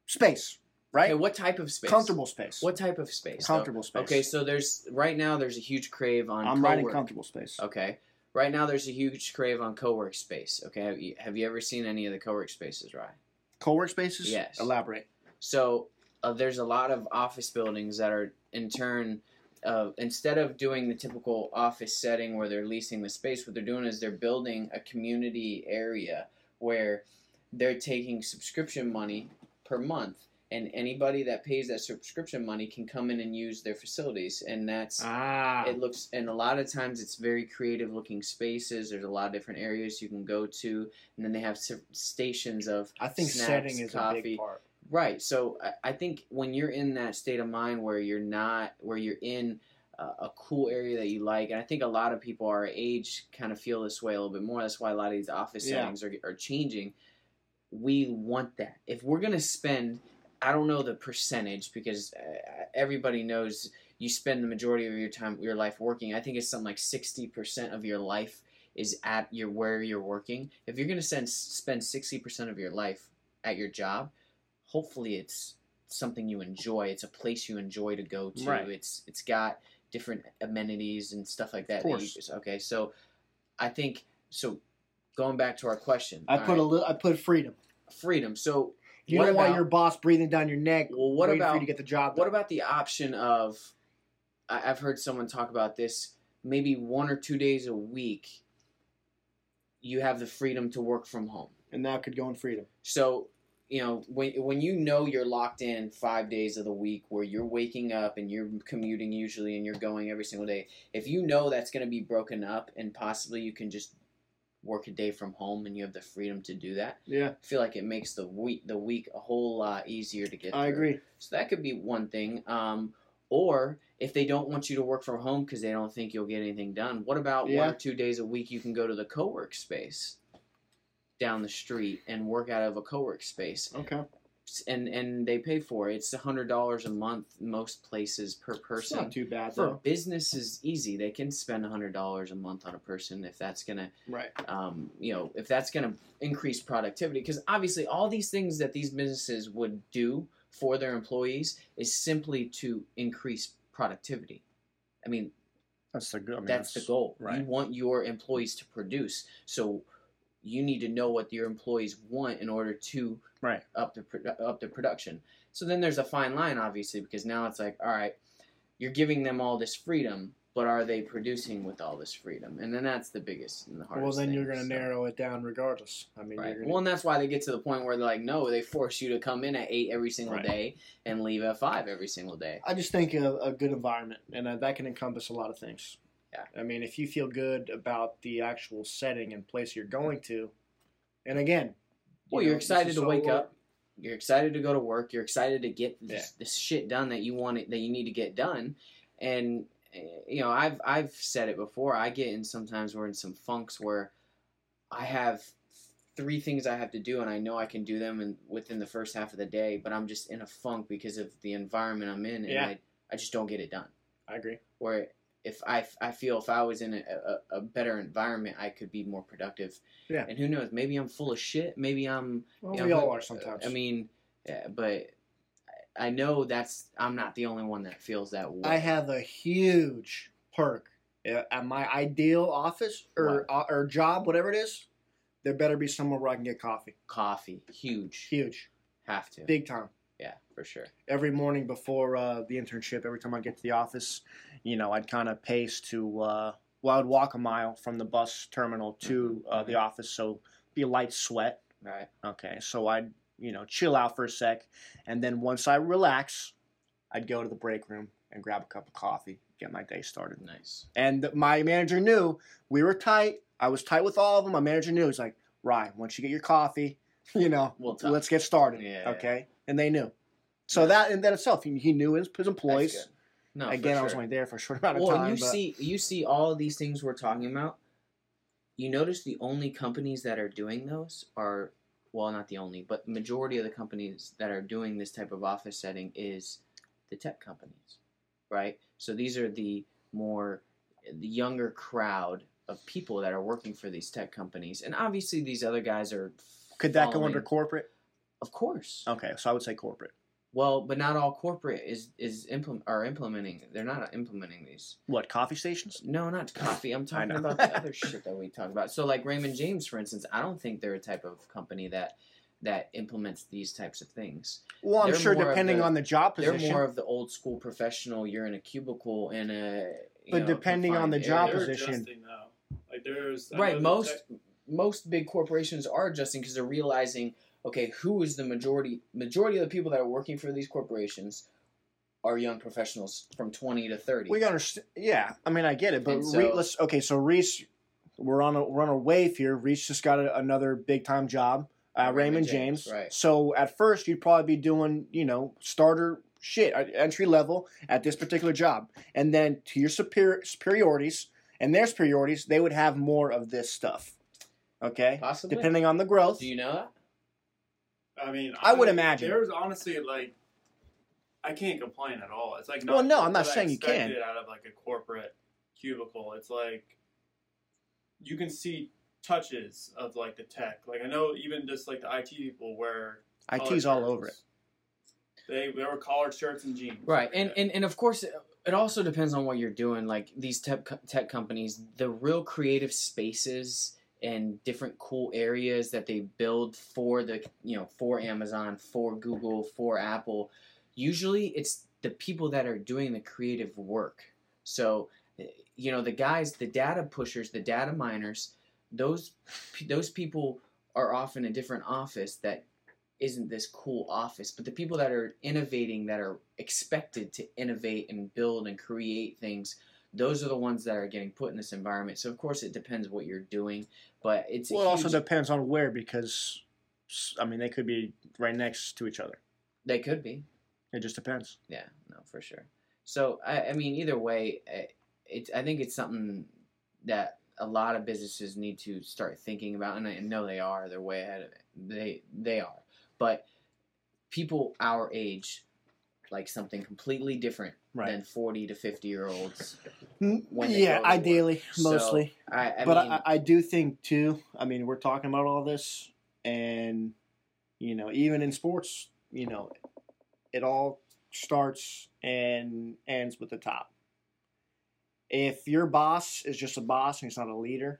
Speaker 2: space, right?
Speaker 1: Okay, what type of space?
Speaker 2: Comfortable space.
Speaker 1: What type of space? though?
Speaker 2: comfortable space?
Speaker 1: Okay, so there's right now there's a huge crave on.
Speaker 2: I'm writing
Speaker 1: cowork-
Speaker 2: comfortable space.
Speaker 1: Okay. Right now, there's a huge crave on co-work space. Okay, have you, have you ever seen any of the co-work spaces, Ryan?
Speaker 2: Co-work spaces.
Speaker 1: Yes.
Speaker 2: Elaborate.
Speaker 1: So uh, there's a lot of office buildings that are in turn, uh, instead of doing the typical office setting where they're leasing the space, what they're doing is they're building a community area where they're taking subscription money per month and anybody that pays that subscription money can come in and use their facilities, and that's
Speaker 2: Ah.
Speaker 1: it looks and a lot of times it's very creative looking spaces there's a lot of different areas you can go to and then they have s- stations of
Speaker 2: I think
Speaker 1: snacks,
Speaker 2: setting is a
Speaker 1: coffee
Speaker 2: big part.
Speaker 1: right so I, I think when you're in that state of mind where you're not where you're in a, a cool area that you like and i think a lot of people our age kind of feel this way a little bit more that's why a lot of these office
Speaker 2: Yeah.
Speaker 1: settings are, are changing we want that if we're going to spend i don't know the percentage because uh, everybody knows you spend the majority of your time your life working i think it's something like 60% of your life is at your where you're working if you're going to spend 60% of your life at your job hopefully it's something you enjoy it's a place you enjoy to go to
Speaker 2: Right.
Speaker 1: it's it's got different amenities and stuff like that,
Speaker 2: Of
Speaker 1: that you
Speaker 2: course.
Speaker 1: just- okay so i think so going back to our question
Speaker 2: I
Speaker 1: all
Speaker 2: put a
Speaker 1: right,
Speaker 2: little. I put freedom.
Speaker 1: freedom so
Speaker 2: You
Speaker 1: What
Speaker 2: don't want
Speaker 1: about-
Speaker 2: your boss breathing down your neck.
Speaker 1: well what
Speaker 2: waiting
Speaker 1: about
Speaker 2: for you to get the job?
Speaker 1: what
Speaker 2: done.
Speaker 1: about the option of? I, I've heard someone talk about this. Maybe one or two days a week, you have the freedom to work from home.
Speaker 2: and that could go in freedom.
Speaker 1: So, you know, when when you know you're locked in five days of the week, where you're waking up and you're commuting usually, and you're going every single day. If you know that's going to be broken up, and possibly you can just work a day from home, and you have the freedom to do that,
Speaker 2: Yeah,
Speaker 1: I feel like it makes the week the week a whole lot easier to get.
Speaker 2: I
Speaker 1: through.
Speaker 2: agree.
Speaker 1: So that could be one thing. Um, or if they don't want you to work from home because they don't think you'll get anything done, what about one
Speaker 2: Yeah.
Speaker 1: or two days a week you can go to the co-work space down the street and work out of a co-work space?
Speaker 2: Okay,
Speaker 1: And and they pay for it. It's hundred dollars a month most places per
Speaker 2: it's not
Speaker 1: person.
Speaker 2: too bad
Speaker 1: For
Speaker 2: though.
Speaker 1: business is easy. They can spend hundred dollars a month on a person if that's gonna
Speaker 2: Right.
Speaker 1: um, you know, if that's going to increase productivity, because obviously all these things that these businesses would do for their employees is simply to increase productivity. I mean,
Speaker 2: That's the good. I mean,
Speaker 1: that's the goal. You
Speaker 2: right.
Speaker 1: want your employees to produce, so you need to know what your employees want in order to
Speaker 2: Right.
Speaker 1: up the produ- up the production. So then there's a fine line, obviously, because now it's like, all right, you're giving them all this freedom, but are they producing with all this freedom? And then that's the biggest and the hardest.
Speaker 2: Well, then
Speaker 1: thing,
Speaker 2: you're going to
Speaker 1: so.
Speaker 2: narrow it down regardless. I mean,
Speaker 1: Right.
Speaker 2: you're
Speaker 1: Well,
Speaker 2: going
Speaker 1: and that's why they get to the point where they're like, no, they force you to come in at eight every single
Speaker 2: Right.
Speaker 1: day and leave at five every single day.
Speaker 2: I just think a, a good environment, and uh, that can encompass a lot of things.
Speaker 1: Yeah.
Speaker 2: I mean, if you feel good about the actual setting and place you're going to, and again,
Speaker 1: Well,
Speaker 2: you
Speaker 1: you're
Speaker 2: know, this
Speaker 1: excited
Speaker 2: is
Speaker 1: to
Speaker 2: so
Speaker 1: wake
Speaker 2: what-
Speaker 1: up. You're excited to go to work. You're excited to get this, this shit done that you want it, that you need to get done. And eh, you know, I've I've said it before. I get in sometimes we're in some funks where I have three things I have to do, and I know I can do them in, within the first half of the day, but I'm just in a funk because of the environment I'm in, and
Speaker 2: Yeah.
Speaker 1: I, I just don't get it done.
Speaker 2: I agree.
Speaker 1: where if I, I feel if I was in a, a, a better environment, I could be more productive.
Speaker 2: Yeah.
Speaker 1: And who knows? Maybe I'm full of shit. Maybe I'm.
Speaker 2: Well,
Speaker 1: you know,
Speaker 2: we all
Speaker 1: who-
Speaker 2: are sometimes.
Speaker 1: uh, I mean, yeah, but I I know that's. I'm not the only one that feels that way.
Speaker 2: I have a huge perk Yeah, at my ideal office or uh, or job, whatever it is. There better be somewhere where I can get coffee.
Speaker 1: coffee. Huge.
Speaker 2: Huge,
Speaker 1: Have to.
Speaker 2: big time.
Speaker 1: Yeah, for sure.
Speaker 2: every morning before uh, the internship, every time I get to the office, you know, I'd kind of pace to, uh, well, I'd walk a mile from the bus terminal to uh, the office, so be a light sweat.
Speaker 1: All right.
Speaker 2: Okay, so I'd, you know, chill out for a sec, and then once I relax, I'd go to the break room and grab a cup of coffee, get my day started.
Speaker 1: Nice.
Speaker 2: And my manager knew we were tight. I was tight with all of them. My manager knew. He's like, Ryan, once you get your coffee, (laughs) you know,
Speaker 1: We'll
Speaker 2: so
Speaker 1: talk.
Speaker 2: let's get started.
Speaker 1: Yeah.
Speaker 2: Okay. And they knew. So that in that itself, he, he knew his, his
Speaker 1: That's
Speaker 2: employees.
Speaker 1: good. No. for
Speaker 2: Again, I was
Speaker 1: sure.
Speaker 2: only there for a short amount of
Speaker 1: well,
Speaker 2: time.
Speaker 1: and you
Speaker 2: but
Speaker 1: see, you see all of these things we're talking about. You notice the only companies that are doing those are, well, not the only, but the majority of the companies that are doing this type of office setting is the tech companies, right? So these are the more the younger crowd of people that are working for these tech companies, and obviously these other guys are.
Speaker 2: could that go
Speaker 1: following-
Speaker 2: under Oh. corporate?
Speaker 1: Of course.
Speaker 2: Okay, so I would say corporate.
Speaker 1: Well, but not all corporate is is implement are implementing. They're not implementing these.
Speaker 2: What coffee stations?
Speaker 1: No, not coffee.
Speaker 2: (laughs)
Speaker 1: I'm talking
Speaker 2: know.
Speaker 1: about the other shit that we talk about. So, like Raymond James, for instance, I don't think they're a type of company that that implements these types of things.
Speaker 2: Well, I'm
Speaker 1: They're
Speaker 2: sure
Speaker 1: more of
Speaker 2: depending
Speaker 1: the-
Speaker 2: on the job position.
Speaker 1: They're more of the old school professional. You're in a cubicle in a. you
Speaker 2: But
Speaker 1: know,
Speaker 2: depending on the
Speaker 1: confined
Speaker 2: job
Speaker 1: area.
Speaker 3: They're
Speaker 2: position.
Speaker 3: adjusting now. Like there's I know
Speaker 1: right?
Speaker 3: the
Speaker 1: Most
Speaker 3: tech-
Speaker 1: most big corporations are adjusting because they're realizing okay, who is the majority majority of the people that are working for these corporations are young professionals from 20 to 30.
Speaker 2: We understand. Yeah, I mean, I get it, but
Speaker 1: And so-
Speaker 2: Re- let's okay. So Reese, we're on a we're on a wave here. Reese just got a, another big time job. Uh, Raymond,
Speaker 1: Raymond
Speaker 2: James.
Speaker 1: James, right.
Speaker 2: So at first, you'd probably be doing you know starter shit, uh, entry level at this particular job, and then to your superior superiorities and their superiorities, they would have more of this stuff. Okay,
Speaker 1: Possibly.
Speaker 2: depending on the growth.
Speaker 1: Do you know that?
Speaker 3: I mean,
Speaker 2: I would imagine.
Speaker 3: there's honestly like, I can't complain at all. It's like,
Speaker 2: Well, no, I'm not
Speaker 3: what I
Speaker 2: saying you can.
Speaker 3: expected Out of like a corporate cubicle, it's like you can see touches of like the tech. Like I know even just like the IT people wear. collared
Speaker 2: IT's all over it.
Speaker 3: shirts. They they were collared shirts and jeans.
Speaker 1: Right, and and and of course, it also depends on what you're doing. Like these tech co- tech companies, the real creative spaces and different cool areas that they build for the you know for Amazon, for Google, for Apple. Usually, it's the people that are doing the creative work. So, you know, the guys, the data pushers, the data miners, those those people are often a different office that isn't this cool office, but the people that are innovating, that are expected to innovate and build and create things, those are the ones that are getting put in this environment. So of course it depends what you're doing, but it's a
Speaker 2: Well, it also
Speaker 1: huge-
Speaker 2: depends on where because s- I mean they could be right next to each other.
Speaker 1: they could be,
Speaker 2: It just depends.
Speaker 1: yeah, no, for sure. So I, I mean, either way, eh, it's I think it's something that a lot of businesses need to start thinking about, and I know they are. They're way ahead of it. They they are, but people our age like something completely different
Speaker 2: Right.
Speaker 1: than 40 to 50 year olds.
Speaker 2: Mm,
Speaker 1: when they
Speaker 2: yeah,
Speaker 1: go to
Speaker 2: ideally,
Speaker 1: So,
Speaker 2: mostly.
Speaker 1: I, I
Speaker 2: but
Speaker 1: mean,
Speaker 2: I, I do think too. I mean, we're talking about all this, and you know, even in sports, you know, it all starts and ends with the top. If your boss is just a boss and he's not a leader,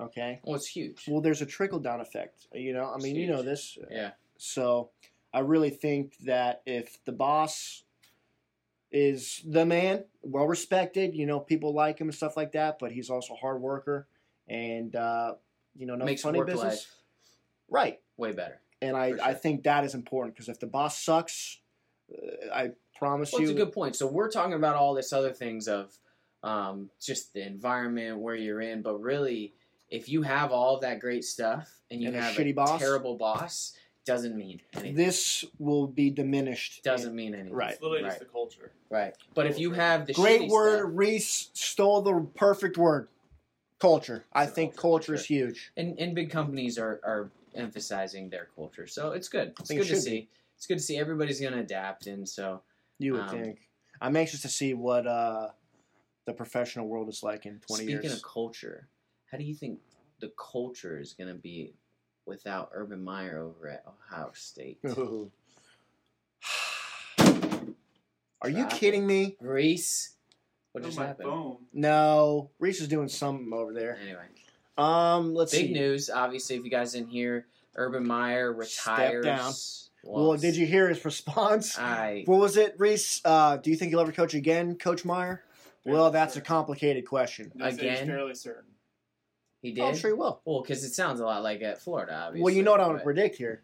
Speaker 2: okay.
Speaker 1: well, it's huge.
Speaker 2: Well, there's a trickle down effect. You know, I mean, you know
Speaker 1: Huge.
Speaker 2: this.
Speaker 1: Yeah,
Speaker 2: So I really think that if the boss is the man, well respected, you know, people like him and stuff like that, but he's also a hard worker and uh, you know, no
Speaker 1: makes
Speaker 2: funny
Speaker 1: work
Speaker 2: business.
Speaker 1: life
Speaker 2: Right.
Speaker 1: way better.
Speaker 2: And I,
Speaker 1: For
Speaker 2: I
Speaker 1: sure.
Speaker 2: think that is important because if the boss sucks, uh, I promise
Speaker 1: Well,
Speaker 2: you
Speaker 1: it's a good point. So we're talking about all this other things of um, just the environment where you're in, but really, if you have all that great stuff and you
Speaker 2: And a
Speaker 1: have
Speaker 2: shitty
Speaker 1: a
Speaker 2: boss?
Speaker 1: terrible boss, doesn't mean anything.
Speaker 2: this will be diminished.
Speaker 1: doesn't mean anything.
Speaker 2: Right.
Speaker 3: It's literally
Speaker 1: Right.
Speaker 3: just the culture.
Speaker 1: Right. But if you have the
Speaker 2: Great
Speaker 1: shitty
Speaker 2: word,
Speaker 1: stuff-
Speaker 2: Reese stole the perfect word. Culture. I
Speaker 1: So,
Speaker 2: think
Speaker 1: for
Speaker 2: culture
Speaker 1: sure.
Speaker 2: is huge.
Speaker 1: and and big companies are are emphasizing their culture, so it's good. It's
Speaker 2: think it
Speaker 1: good to
Speaker 2: should
Speaker 1: see. It's good to see everybody's gonna adapt, and so
Speaker 2: You would
Speaker 1: Um,
Speaker 2: think. I'm anxious to see what uh, the professional world is like in 20
Speaker 1: Speaking
Speaker 2: years.
Speaker 1: of culture, how do you think the culture is going to be without Urban Meyer over at Ohio
Speaker 2: (laughs)
Speaker 1: State?
Speaker 2: Ooh. Are you
Speaker 1: Traffic.
Speaker 2: kidding me?
Speaker 1: Reese, what
Speaker 3: Oh,
Speaker 1: just
Speaker 3: my
Speaker 1: happened?
Speaker 3: phone.
Speaker 2: No, Reese is doing something over there.
Speaker 1: Anyway,
Speaker 2: Um, let's
Speaker 1: big
Speaker 2: see.
Speaker 1: news. Obviously, if you guys didn't hear, Urban Meyer retires.
Speaker 2: down.
Speaker 1: Well,
Speaker 2: Well, did you hear his (laughs) response?
Speaker 1: I
Speaker 2: What was it, Reese? Uh, do you think you'll ever coach again, Coach Meyer? Well, that's a complicated question.
Speaker 3: They say it's
Speaker 1: Again?
Speaker 3: fairly certain.
Speaker 1: he
Speaker 2: I'm
Speaker 1: did.
Speaker 2: sure he will.
Speaker 1: Well, because it sounds a lot like at Florida. Obviously.
Speaker 2: Well, you know what I'm going
Speaker 1: but-
Speaker 2: to predict here.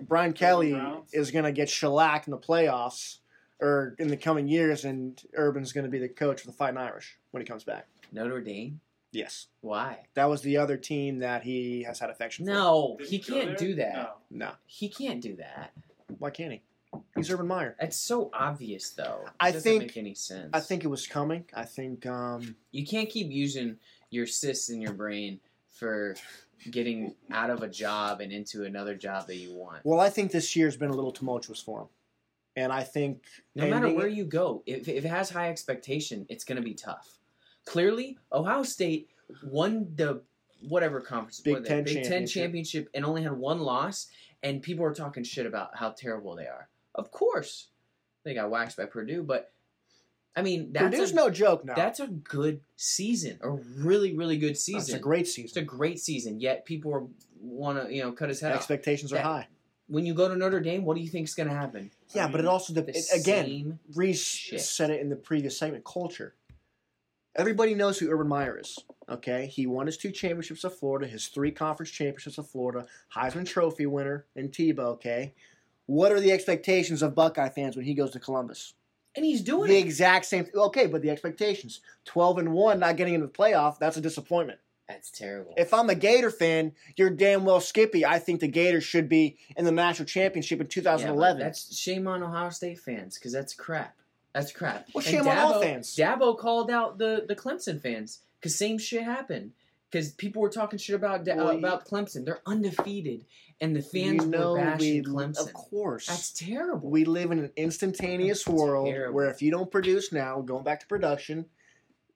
Speaker 2: Brian Kelly
Speaker 3: Browns?
Speaker 2: is going to get shellacked in the playoffs or in the coming years, and Urban's going to be the coach for the Fighting Irish when he comes back.
Speaker 1: Notre Dame.
Speaker 2: Yes.
Speaker 1: Why?
Speaker 2: That was the other team that he has had affection for.
Speaker 1: No,
Speaker 3: Did
Speaker 1: he
Speaker 3: go there?
Speaker 1: can't do that.
Speaker 3: No.
Speaker 2: No.
Speaker 1: He can't do that.
Speaker 2: Why can't he? He's Urban Meyer.
Speaker 1: That's so obvious, though. It
Speaker 2: I
Speaker 1: doesn't
Speaker 2: think-
Speaker 1: make any sense.
Speaker 2: I think it was coming. I think um,
Speaker 1: You can't keep using your cysts in your brain for getting out of a job and into another job that you want.
Speaker 2: well, I think this year's been a little tumultuous for him. And I think
Speaker 1: No matter
Speaker 2: ending-
Speaker 1: where you go, if, if it has high expectation, it's going to be tough. Clearly, Ohio State won the whatever conference,
Speaker 2: Big
Speaker 1: what are they?
Speaker 2: Ten
Speaker 1: Big Ten
Speaker 2: championship.
Speaker 1: championship, and only had one loss, and people are talking shit about how terrible they are. Of course, they got waxed by Purdue, but I mean that's
Speaker 2: Purdue's
Speaker 1: a,
Speaker 2: no joke now.
Speaker 1: that's a good season, a really really good season.
Speaker 2: That's a great
Speaker 1: It's a
Speaker 2: season.
Speaker 1: great season, yet people want to, you know, cut his head off.
Speaker 2: Expectations are
Speaker 1: That-
Speaker 2: high.
Speaker 1: When you go to Notre Dame, what do you think is going to happen?
Speaker 2: Yeah, but it also de-
Speaker 1: The
Speaker 2: it, again.
Speaker 1: same-
Speaker 2: Reese
Speaker 1: shit.
Speaker 2: said it in the previous segment. Culture. everybody knows who Urban Meyer is. Okay, he won his two championships of Florida, his three conference championships of Florida, Heisman Trophy winner, and Tebow. Okay, what are the expectations of Buckeye fans when he goes to Columbus?
Speaker 1: and he's doing
Speaker 2: The
Speaker 1: it.
Speaker 2: exact same. Okay, but the expectations: twelve and one, not getting into the playoff. That's a disappointment.
Speaker 1: That's terrible.
Speaker 2: If I'm a Gator fan, you're damn well Skippy. I think the Gators should be in the national championship
Speaker 1: Yeah,
Speaker 2: in
Speaker 1: but
Speaker 2: 2011.
Speaker 1: that's shame on Ohio State fans because that's crap. That's crap.
Speaker 2: Well,
Speaker 1: And
Speaker 2: shame on all
Speaker 1: Dabo-
Speaker 2: fans.
Speaker 1: Dabo called out the the Clemson fans because same shit happened. Because people were talking shit about da-
Speaker 2: Well, you-
Speaker 1: about Clemson. They're undefeated, and the fans
Speaker 2: you know
Speaker 1: were bashing
Speaker 2: we,
Speaker 1: Clemson.
Speaker 2: of course.
Speaker 1: That's terrible.
Speaker 2: we live in an instantaneous world
Speaker 1: Terrible.
Speaker 2: where if you don't produce now, going back to production,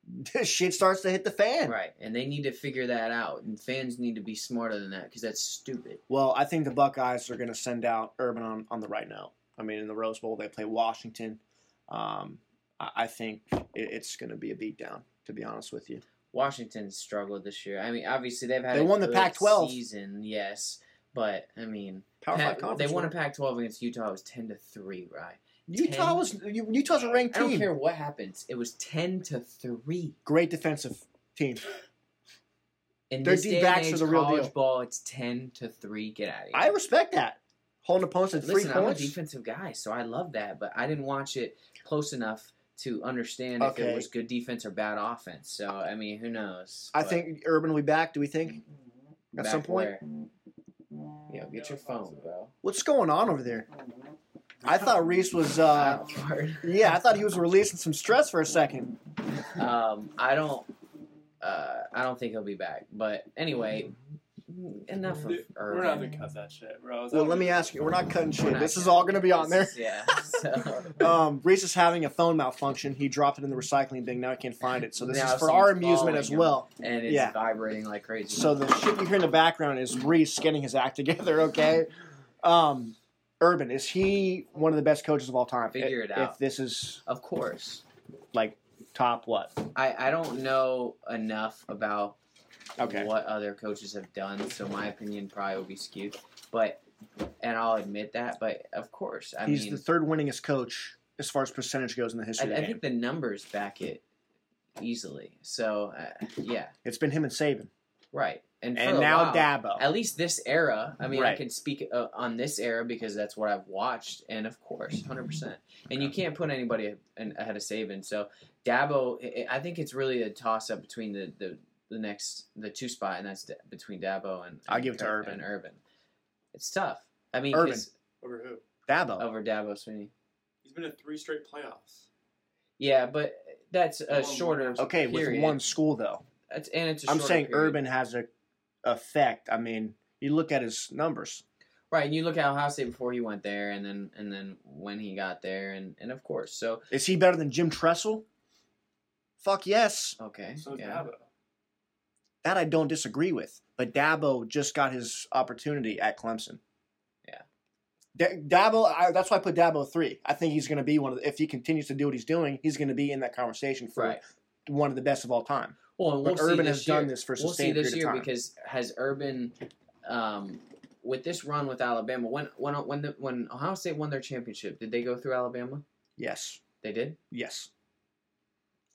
Speaker 2: (laughs) this shit starts to hit the fan.
Speaker 1: right, and they need to figure that out. And fans need to be smarter than that because that's stupid.
Speaker 2: Well, I think the Buckeyes are going to send out Urban on, on the right now. I mean, in the Rose Bowl, they play Washington. Um, I, I think it, it's going to be a beatdown, to be honest with you.
Speaker 1: Washington struggled this year. I mean, obviously they've had
Speaker 2: They
Speaker 1: a
Speaker 2: won the
Speaker 1: good
Speaker 2: Pac-12.
Speaker 1: season, yes, but I mean,
Speaker 2: Power
Speaker 1: Pat-
Speaker 2: Five conference.
Speaker 1: they won a
Speaker 2: right?
Speaker 1: Pac-12 against Utah. It was ten to three, right?
Speaker 2: Utah
Speaker 1: 10.
Speaker 2: was U- Utah's a ranked
Speaker 1: I don't
Speaker 2: team.
Speaker 1: care what happens. It was ten to three.
Speaker 2: Great defensive team.
Speaker 1: In
Speaker 2: Their
Speaker 1: this day and
Speaker 2: D-backs are
Speaker 1: age,
Speaker 2: the real
Speaker 1: college
Speaker 2: deal.
Speaker 1: ball, it's ten to three. Get out of here.
Speaker 2: I respect that. Holding opponents at three
Speaker 1: Listen, I'm a
Speaker 2: points.
Speaker 1: defensive guy, so I love that, but I didn't watch it close enough to understand if
Speaker 2: Okay.
Speaker 1: it was good defense or bad offense. So I mean, who knows?
Speaker 2: I
Speaker 1: But
Speaker 2: think Urban will be back. Do we think at
Speaker 1: back
Speaker 2: some point?
Speaker 1: where- Yo, get your phone, bro.
Speaker 2: What's going on over there? I thought Reese was. Uh,
Speaker 1: Wild card.
Speaker 2: yeah, I thought he was releasing some stress for a second.
Speaker 1: um, I don't. Uh, I don't think he'll be back. But anyway, enough of
Speaker 3: Dude,
Speaker 1: Irvin.
Speaker 3: We're not gonna cut that shit, bro. Is that
Speaker 2: Well,
Speaker 3: what
Speaker 2: let me
Speaker 3: it is?
Speaker 2: ask you. We're not cutting
Speaker 1: We're
Speaker 2: shit.
Speaker 1: not
Speaker 2: This is all going to be on there.
Speaker 1: This is- Yeah. So
Speaker 2: Um, Reese is having a phone malfunction. He dropped it in the recycling bin. Now he can't find it. So this
Speaker 1: Now
Speaker 2: is for our
Speaker 1: someone's
Speaker 2: amusement
Speaker 1: following
Speaker 2: as
Speaker 1: him.
Speaker 2: well.
Speaker 1: and it's
Speaker 2: Yeah.
Speaker 1: vibrating like crazy.
Speaker 2: So the shit you hear in the background is Reese getting his act together. Okay. Um, Urban is he one of the best coaches of all time?
Speaker 1: Figure it
Speaker 2: If- If
Speaker 1: out.
Speaker 2: this is
Speaker 1: of course,
Speaker 2: like top what?
Speaker 1: I I don't know enough about
Speaker 2: Okay.
Speaker 1: what other coaches have done, so my opinion probably will be skewed. But and I'll admit that. But of course, I
Speaker 2: He's
Speaker 1: mean,
Speaker 2: the third winningest coach as far as percentage goes in the history
Speaker 1: I,
Speaker 2: of
Speaker 1: I
Speaker 2: the game.
Speaker 1: think the numbers back it easily. So uh, yeah,
Speaker 2: It's been him and Saban,
Speaker 1: right. And, for
Speaker 2: and
Speaker 1: a
Speaker 2: now
Speaker 1: while-
Speaker 2: Dabo.
Speaker 1: at least this era. I mean, I
Speaker 2: Right.
Speaker 1: can speak uh, on this era because that's what I've watched, and of course, hundred percent. And you can't put anybody in, ahead of Saban. So Dabo, I- I think it's really a toss up between the, the the next the two spot, and that's da- between Dabo and
Speaker 2: I'll give it to
Speaker 1: and-
Speaker 2: Urban.
Speaker 1: And Urban, it's tough. I mean,
Speaker 2: Urban.
Speaker 1: 'cause-
Speaker 3: Over who?
Speaker 2: Dabo.
Speaker 1: over Dabo Sweeney.
Speaker 3: He's been in three straight playoffs.
Speaker 1: Yeah, but that's a
Speaker 3: One
Speaker 1: shorter.
Speaker 3: more.
Speaker 2: okay, with
Speaker 1: period.
Speaker 2: one school though.
Speaker 1: That's, and it's. A
Speaker 2: I'm
Speaker 1: shorter
Speaker 2: saying
Speaker 1: period.
Speaker 2: Urban has a effect. I mean, you look at his numbers.
Speaker 1: right? And you look at Ohio State before he went there, and then and then when he got there, and and of course, so
Speaker 2: Is he better than Jim Tressel? Fuck yes.
Speaker 1: okay,
Speaker 3: So is
Speaker 1: yeah.
Speaker 3: Dabo.
Speaker 2: That I don't disagree with. But Dabo just got his opportunity at Clemson.
Speaker 1: Yeah.
Speaker 2: Da- Dabo, I, that's why I put Dabo three. I think he's going to be one of. The, if he continues to do what he's doing, he's going to be in that conversation for
Speaker 1: right.
Speaker 2: one of the best of all time.
Speaker 1: Well, and we'll
Speaker 2: but
Speaker 1: see
Speaker 2: Urban
Speaker 1: this
Speaker 2: has
Speaker 1: year.
Speaker 2: done this for a
Speaker 1: we'll see
Speaker 2: sustained
Speaker 1: this
Speaker 2: period
Speaker 1: year
Speaker 2: of time.
Speaker 1: because has Urban, um, with this run with Alabama, when when when the, when Ohio State won their championship, did they go through Alabama?
Speaker 2: yes,
Speaker 1: They did.
Speaker 2: yes.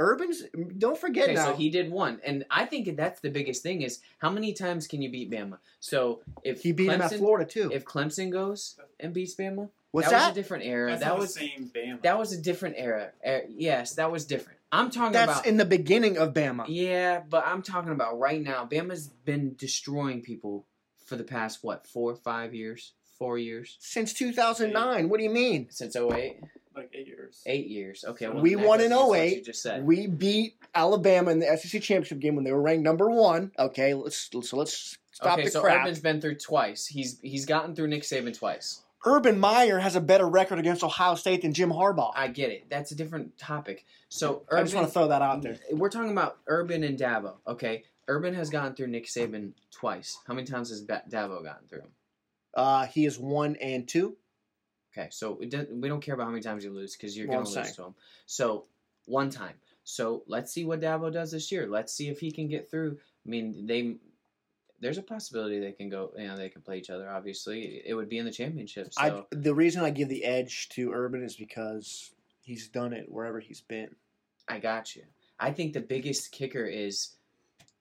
Speaker 2: Urban's don't forget
Speaker 1: Okay,
Speaker 2: now.
Speaker 1: so he did one, and I think that's the biggest thing is how many times can you beat Bama? So if
Speaker 2: he beat
Speaker 1: Clemson,
Speaker 2: him at Florida too.
Speaker 1: if Clemson goes and beats Bama,
Speaker 2: What's
Speaker 1: that was
Speaker 2: that?
Speaker 1: a different era.
Speaker 3: That's
Speaker 1: that
Speaker 3: not
Speaker 1: was
Speaker 3: the same Bama.
Speaker 1: that was a different era. Er, yes, that was different. I'm talking
Speaker 2: That's
Speaker 1: about
Speaker 2: in the beginning of Bama.
Speaker 1: Yeah, but I'm talking about right now. Bama's been destroying people for the past what four, five years, four years
Speaker 2: Since 2009. What do you mean?
Speaker 1: since 08?
Speaker 3: like eight years.
Speaker 1: eight years. Okay,
Speaker 3: So
Speaker 1: well,
Speaker 2: we
Speaker 1: that
Speaker 2: won
Speaker 1: goes
Speaker 2: in
Speaker 1: against what
Speaker 2: 08.
Speaker 1: You just said
Speaker 2: We beat Alabama in the SEC championship game when they were ranked number one. Okay, let's so let's stop
Speaker 1: okay,
Speaker 2: the
Speaker 1: so
Speaker 2: crap.
Speaker 1: Urban's been through twice. He's he's gotten through Nick Saban twice.
Speaker 2: Urban Meyer has a better record against Ohio State than Jim Harbaugh. I,
Speaker 1: I get it. That's a different topic. So Urban, Mm-hmm.
Speaker 2: just want to throw that out there.
Speaker 1: we're talking about Urban and Dabo. Okay, Urban has gotten through Nick Saban twice. How many times has Ba- Dabo gotten through him?
Speaker 2: Uh, he is one and two.
Speaker 1: Okay, so it doesn't, we don't care about how many times you lose because you're
Speaker 2: Well,
Speaker 1: going
Speaker 2: I'm
Speaker 1: to lose
Speaker 2: saying.
Speaker 1: to him. So one time. So let's see what Dabo does this year. Let's see if he can get through. I mean, they there's a possibility they can go. You know, they can play each other. Obviously, it would be in the championship. So
Speaker 2: I the reason I give the edge to Urban is because he's done it wherever he's been.
Speaker 1: I got you. I think the biggest kicker is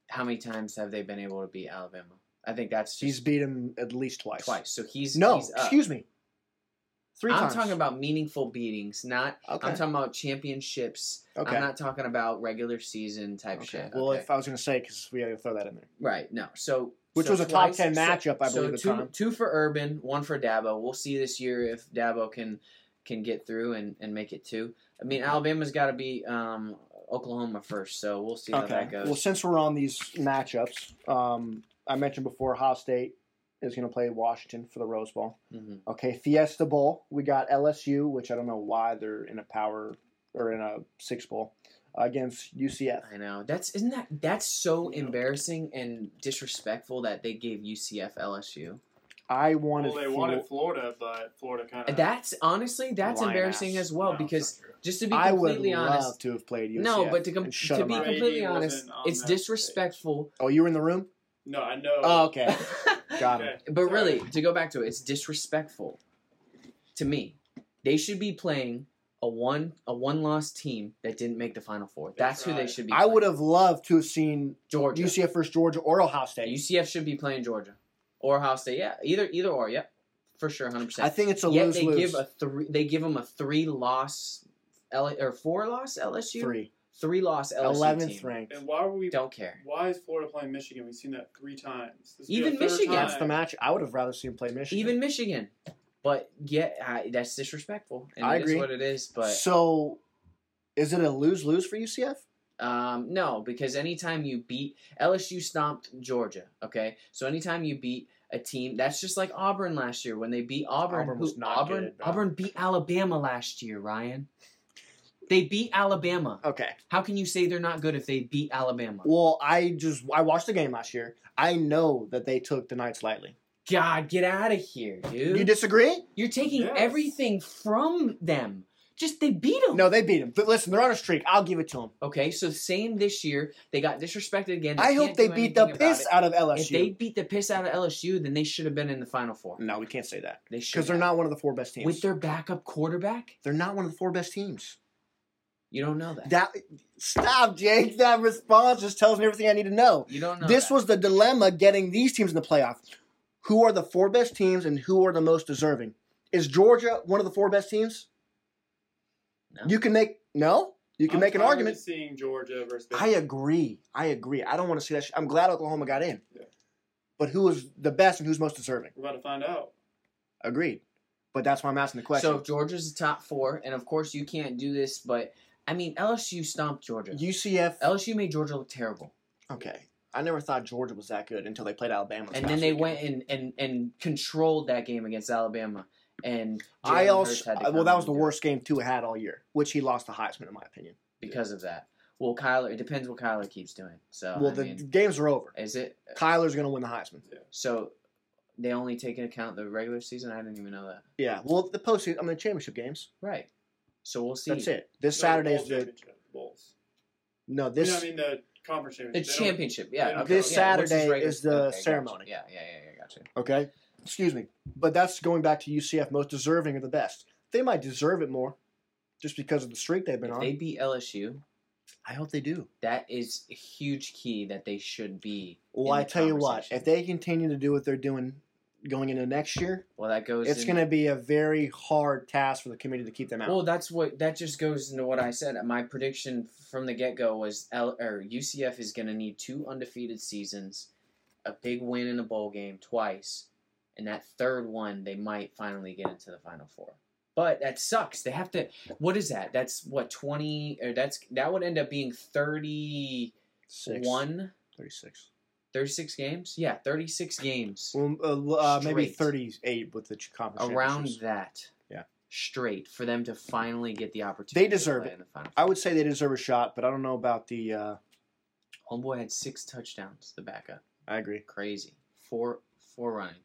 Speaker 1: how many times have they been able to beat Alabama? I think that's just
Speaker 2: He's beat him at least twice.
Speaker 1: twice. So he's
Speaker 2: No,
Speaker 1: he's up.
Speaker 2: excuse me. Three
Speaker 1: I'm
Speaker 2: times.
Speaker 1: talking about meaningful beatings, not.
Speaker 2: Okay.
Speaker 1: I'm talking about championships.
Speaker 2: okay.
Speaker 1: I'm not talking about regular season type
Speaker 2: okay.
Speaker 1: shit.
Speaker 2: Well,
Speaker 1: okay?
Speaker 2: if I was going to say, because we had to throw that in there.
Speaker 1: Right. No. So
Speaker 2: Which
Speaker 1: so
Speaker 2: was a top
Speaker 1: twice-
Speaker 2: 10
Speaker 1: so-
Speaker 2: matchup, I
Speaker 1: so
Speaker 2: believe, at the
Speaker 1: two,
Speaker 2: time.
Speaker 1: two for Urban, one for Dabo. We'll see this year if Dabo can can get through and, and make it two. I mean, Alabama's got to be um, Oklahoma first, so we'll see how
Speaker 2: Okay.
Speaker 1: that goes.
Speaker 2: Well, since we're on these matchups, um, I mentioned before Ohio State is going to play Washington for the Rose Bowl.
Speaker 1: Mhm.
Speaker 2: Okay, Fiesta Bowl. We got LSU, which I don't know why they're in a power or in a six bowl against UCF.
Speaker 1: I know that's isn't that that's so embarrassing and disrespectful that they gave UCF LSU.
Speaker 2: I wanted.
Speaker 3: well, they
Speaker 2: Flo-
Speaker 3: wanted Florida, but Florida kind of.
Speaker 1: That's honestly that's
Speaker 2: Lion
Speaker 1: embarrassing
Speaker 2: Uh, ass.
Speaker 1: as well because just to be
Speaker 2: I would
Speaker 1: completely
Speaker 2: love
Speaker 1: honest,
Speaker 2: to have played UCF.
Speaker 1: no, but to, com-
Speaker 2: and shut
Speaker 1: to
Speaker 2: 'em
Speaker 1: be
Speaker 2: up.
Speaker 3: Brady
Speaker 1: completely
Speaker 3: wasn't
Speaker 1: honest,
Speaker 3: on
Speaker 1: it's
Speaker 3: that stage.
Speaker 1: disrespectful.
Speaker 2: Oh, you were in the room.
Speaker 3: No, I know.
Speaker 2: Oh,
Speaker 1: (laughs)
Speaker 2: okay. Got
Speaker 3: Okay,
Speaker 2: it.
Speaker 1: um, But
Speaker 3: sorry.
Speaker 1: really, to go back to it, it's disrespectful to me. They should be playing a one a one loss team that didn't make the final four. That's,
Speaker 3: That's
Speaker 1: who they
Speaker 3: right.
Speaker 1: should be.
Speaker 2: I
Speaker 1: playing.
Speaker 2: would have loved to have seen
Speaker 1: Georgia. UCF.
Speaker 2: UCF versus Georgia or Ohio State.
Speaker 1: should be playing Georgia or Ohio State. Yeah, either either or. Yep, for sure, hundred
Speaker 2: I
Speaker 1: percent.
Speaker 2: think it's a
Speaker 1: Yet
Speaker 2: lose
Speaker 1: they
Speaker 2: lose.
Speaker 1: give a three. They give them a three loss, L, or four loss LSU.
Speaker 2: three.
Speaker 1: three loss LSU 11th
Speaker 2: Eleventh
Speaker 1: team.
Speaker 2: ranked.
Speaker 3: And why were we?
Speaker 1: Don't care.
Speaker 3: Why is Florida playing Michigan? We've seen that three times. This will be
Speaker 1: Even
Speaker 3: the third
Speaker 1: Michigan.
Speaker 3: time.
Speaker 2: That's the match. I would have rather seen play Michigan.
Speaker 1: Even Michigan. But yeah, I, that's disrespectful. And
Speaker 2: I
Speaker 1: it is
Speaker 2: agree.
Speaker 1: what it is. But
Speaker 2: so, is it a lose lose for UCF?
Speaker 1: um, no, because anytime you beat LSU stomped Georgia. Okay, so anytime you beat a team, that's just like Auburn last year when they beat Auburn.
Speaker 2: Auburn was
Speaker 1: who-
Speaker 2: not
Speaker 1: Auburn,
Speaker 2: good, bro.
Speaker 1: Auburn beat Alabama last year, Ryan. They beat Alabama.
Speaker 2: Okay.
Speaker 1: How can you say they're not good if they beat Alabama?
Speaker 2: Well, I just I watched the game last year. I know that they took the Knights lightly.
Speaker 1: God, get out of here, dude.
Speaker 2: You disagree?
Speaker 1: You're taking
Speaker 3: Yes.
Speaker 1: everything from them. Just they beat them.
Speaker 2: No, they beat them. But listen, they're on a streak. I'll give it to them.
Speaker 1: Okay, so same this year. They got disrespected again.
Speaker 2: I hope
Speaker 1: can't
Speaker 2: they
Speaker 1: do
Speaker 2: beat the
Speaker 1: anything about
Speaker 2: piss
Speaker 1: it.
Speaker 2: out of LSU.
Speaker 1: If they beat the piss out of LSU, then they should have been in the Final Four.
Speaker 2: no, we can't say that
Speaker 1: They should
Speaker 2: because they're
Speaker 1: have.
Speaker 2: not one of the four best teams.
Speaker 1: with their backup quarterback.
Speaker 2: they're not one of the four best teams.
Speaker 1: You don't know that.
Speaker 2: That stop, Jake. That response just tells me everything I need to know.
Speaker 1: you don't know.
Speaker 2: this
Speaker 1: that.
Speaker 2: was the dilemma getting these teams in the playoff. Who are the four best teams and who are the most deserving? Is Georgia one of the four best teams?
Speaker 1: No.
Speaker 2: You can make no. You can
Speaker 3: I'm
Speaker 2: make an
Speaker 3: tired of
Speaker 2: argument.
Speaker 3: Seeing Georgia versus.
Speaker 2: I agree. I agree. I don't want to see that. Sh- I'm glad Oklahoma got in.
Speaker 3: Yeah.
Speaker 2: But who is the best and who's most deserving?
Speaker 3: We're about to find out.
Speaker 2: Agreed. But that's why I'm asking the question.
Speaker 1: So if Georgia's the top four, and of course you can't do this, but I mean LSU stomped Georgia.
Speaker 2: UCF.
Speaker 1: LSU made Georgia look terrible,
Speaker 2: okay. I never thought Georgia was that good until they played Alabama. this
Speaker 1: and then
Speaker 2: past
Speaker 1: they
Speaker 2: weekend.
Speaker 1: went and and and controlled that game against Alabama. And
Speaker 2: I
Speaker 1: Jalen Hurts
Speaker 2: also
Speaker 1: had to
Speaker 2: well,
Speaker 1: come
Speaker 2: that
Speaker 1: in
Speaker 2: was the
Speaker 1: and do it.
Speaker 2: worst game Tua had all year, which he lost the Heisman in my opinion.
Speaker 1: because of that. Well, Kyler, it depends what Kyler keeps doing. So,
Speaker 2: well,
Speaker 1: I
Speaker 2: the
Speaker 1: mean,
Speaker 2: games are over.
Speaker 1: is it
Speaker 2: Kyler's gonna win the Heisman.
Speaker 1: so? They only take into account the regular season. I didn't even know that.
Speaker 2: Yeah. Well, the postseason, I mean, the championship games.
Speaker 1: Right. So we'll see.
Speaker 2: That's it. This
Speaker 3: No,
Speaker 2: Saturday
Speaker 3: bowl
Speaker 2: is the
Speaker 3: championship, bowls.
Speaker 2: no.
Speaker 3: This,
Speaker 2: This
Speaker 3: I mean the conference
Speaker 1: The
Speaker 3: championship. They don't-
Speaker 1: championship, yeah.
Speaker 3: they don't
Speaker 1: okay,
Speaker 3: This
Speaker 1: yeah, which
Speaker 2: Saturday
Speaker 1: regular-
Speaker 2: is the
Speaker 1: okay, gotcha.
Speaker 2: ceremony.
Speaker 1: Yeah, yeah, yeah, yeah. Gotcha.
Speaker 2: okay. Excuse me, but that's going back to UCF. Most deserving of the best. They might deserve it more, just because of the streak they've been
Speaker 1: If
Speaker 2: on.
Speaker 1: they beat LSU,
Speaker 2: I hope they do.
Speaker 1: that is a huge key that they should be.
Speaker 2: Well,
Speaker 1: in
Speaker 2: I
Speaker 1: the
Speaker 2: tell you what,
Speaker 1: conversation.
Speaker 2: if they continue to do what they're doing going into next year,
Speaker 1: well, that goes.
Speaker 2: it's
Speaker 1: in-
Speaker 2: going to be a very hard task for the committee to keep them out.
Speaker 1: Well, that's what that just goes into what I said. My prediction from the get go was L, or UCF is going to need two undefeated seasons, a big win in a bowl game twice, and that third one they might finally get into the final four. But that sucks. They have to. What is that? That's what twenty or that's that would end up being thirty
Speaker 2: Six.
Speaker 1: one.
Speaker 2: 36.
Speaker 1: 36 games? Yeah, 36 games.
Speaker 2: Well, uh, uh, maybe
Speaker 1: Straight.
Speaker 2: 38 with the ch- conference
Speaker 1: Around
Speaker 2: championships.
Speaker 1: that.
Speaker 2: Yeah.
Speaker 1: Straight for them to finally get the opportunity.
Speaker 2: They
Speaker 1: to
Speaker 2: deserve
Speaker 1: play
Speaker 2: it.
Speaker 1: In the final
Speaker 2: I would say they deserve a shot, but I don't know about the. Uh,
Speaker 1: Homeboy had six touchdowns. The backup,
Speaker 2: I agree.
Speaker 1: crazy. Four, four running.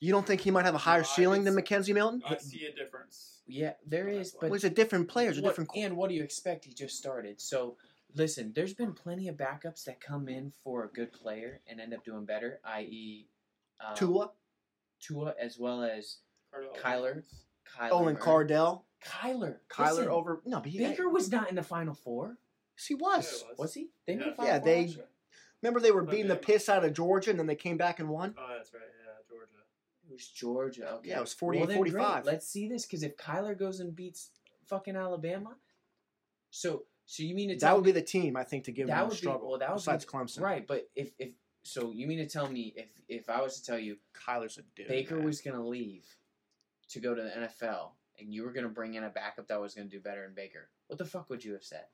Speaker 2: You don't think he might have a higher
Speaker 3: No, I
Speaker 2: ceiling than
Speaker 3: think
Speaker 2: Mackenzie Milton?
Speaker 3: I see a difference.
Speaker 1: Yeah, there is, but
Speaker 2: Well, he's a different player. He's a
Speaker 1: what-
Speaker 2: different. qu-
Speaker 1: And what do you expect? He just started. So listen, there's been plenty of backups that come in for a good player and end up doing better. I.e., um,
Speaker 2: Tua,
Speaker 1: Tua, as well as
Speaker 3: Cardell.
Speaker 1: Kyler. Kyler.
Speaker 2: Owen
Speaker 1: Murray.
Speaker 2: Cardell,
Speaker 1: Kyler.
Speaker 2: Kyler
Speaker 1: listen,
Speaker 2: over. No, but he,
Speaker 1: Baker was not in the final four.
Speaker 2: Yes, he was.
Speaker 3: Yeah, it
Speaker 1: Was he? They made
Speaker 3: Yeah.
Speaker 1: Final
Speaker 2: Yeah,
Speaker 1: Four
Speaker 2: they-
Speaker 1: last year?
Speaker 2: Remember they were beating the
Speaker 3: Okay.
Speaker 2: piss out of Georgia and then they came back and won?
Speaker 3: Oh, that's right. Yeah, Georgia.
Speaker 1: It was Georgia. Okay.
Speaker 2: Yeah, it was
Speaker 1: Well,
Speaker 2: 48
Speaker 1: then,
Speaker 2: 45.
Speaker 1: Great. Let's see this because if Kyler goes and beats fucking Alabama, so so you mean to
Speaker 2: That
Speaker 1: tell
Speaker 2: would be
Speaker 1: me
Speaker 2: the team, I think, to give
Speaker 1: That
Speaker 2: them
Speaker 1: would
Speaker 2: a
Speaker 1: be-
Speaker 2: struggle.
Speaker 1: well, that would be-
Speaker 2: besides Clemson.
Speaker 1: right? But if if so, you mean to tell me if if I was to tell you
Speaker 2: Kyler's a dude.
Speaker 1: Baker
Speaker 2: man.
Speaker 1: was gonna leave to go to the NFL and you were gonna bring in a backup that was gonna do better than Baker, what the fuck would you have said?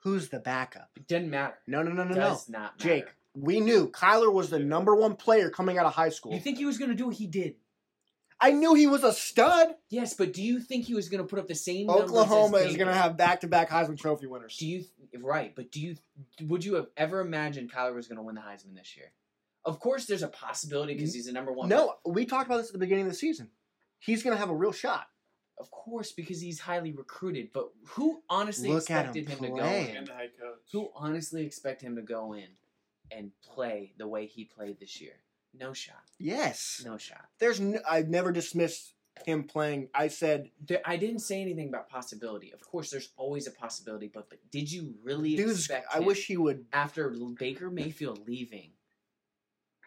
Speaker 2: Who's the backup?
Speaker 1: It didn't matter.
Speaker 2: No, no, no, no, no.
Speaker 1: Does not matter.
Speaker 2: Jake, we knew Kyler was the number one player coming out of high school.
Speaker 1: you think he was gonna do what he did?
Speaker 2: I knew he was a stud.
Speaker 1: Yes, but do you think he was gonna put up the same? numbers as
Speaker 2: Oklahoma is going
Speaker 1: Baker?
Speaker 2: to have back to back Heisman Trophy winners.
Speaker 1: Do you right? But do you would you have ever imagined Kyler was going to win the Heisman this year? Of course, there's a possibility because he's the number one.
Speaker 2: No, we talked about this at the beginning of the season. He's going to have a real shot.
Speaker 1: of course, because he's highly recruited. But who honestly
Speaker 2: Look at him
Speaker 1: expected him, to go
Speaker 2: play.
Speaker 1: in?
Speaker 3: And the head coach.
Speaker 1: Who honestly expect him to go in and play the way he played this year? No shot.
Speaker 2: Yes.
Speaker 1: No shot.
Speaker 2: There's n I've never dismissed him playing. I said,
Speaker 1: There, I didn't say anything about possibility. Of course, there's always a possibility, but, but did you really
Speaker 2: dudes,
Speaker 1: expect?
Speaker 2: I
Speaker 1: him-
Speaker 2: wish he would.
Speaker 1: after Baker Mayfield leaving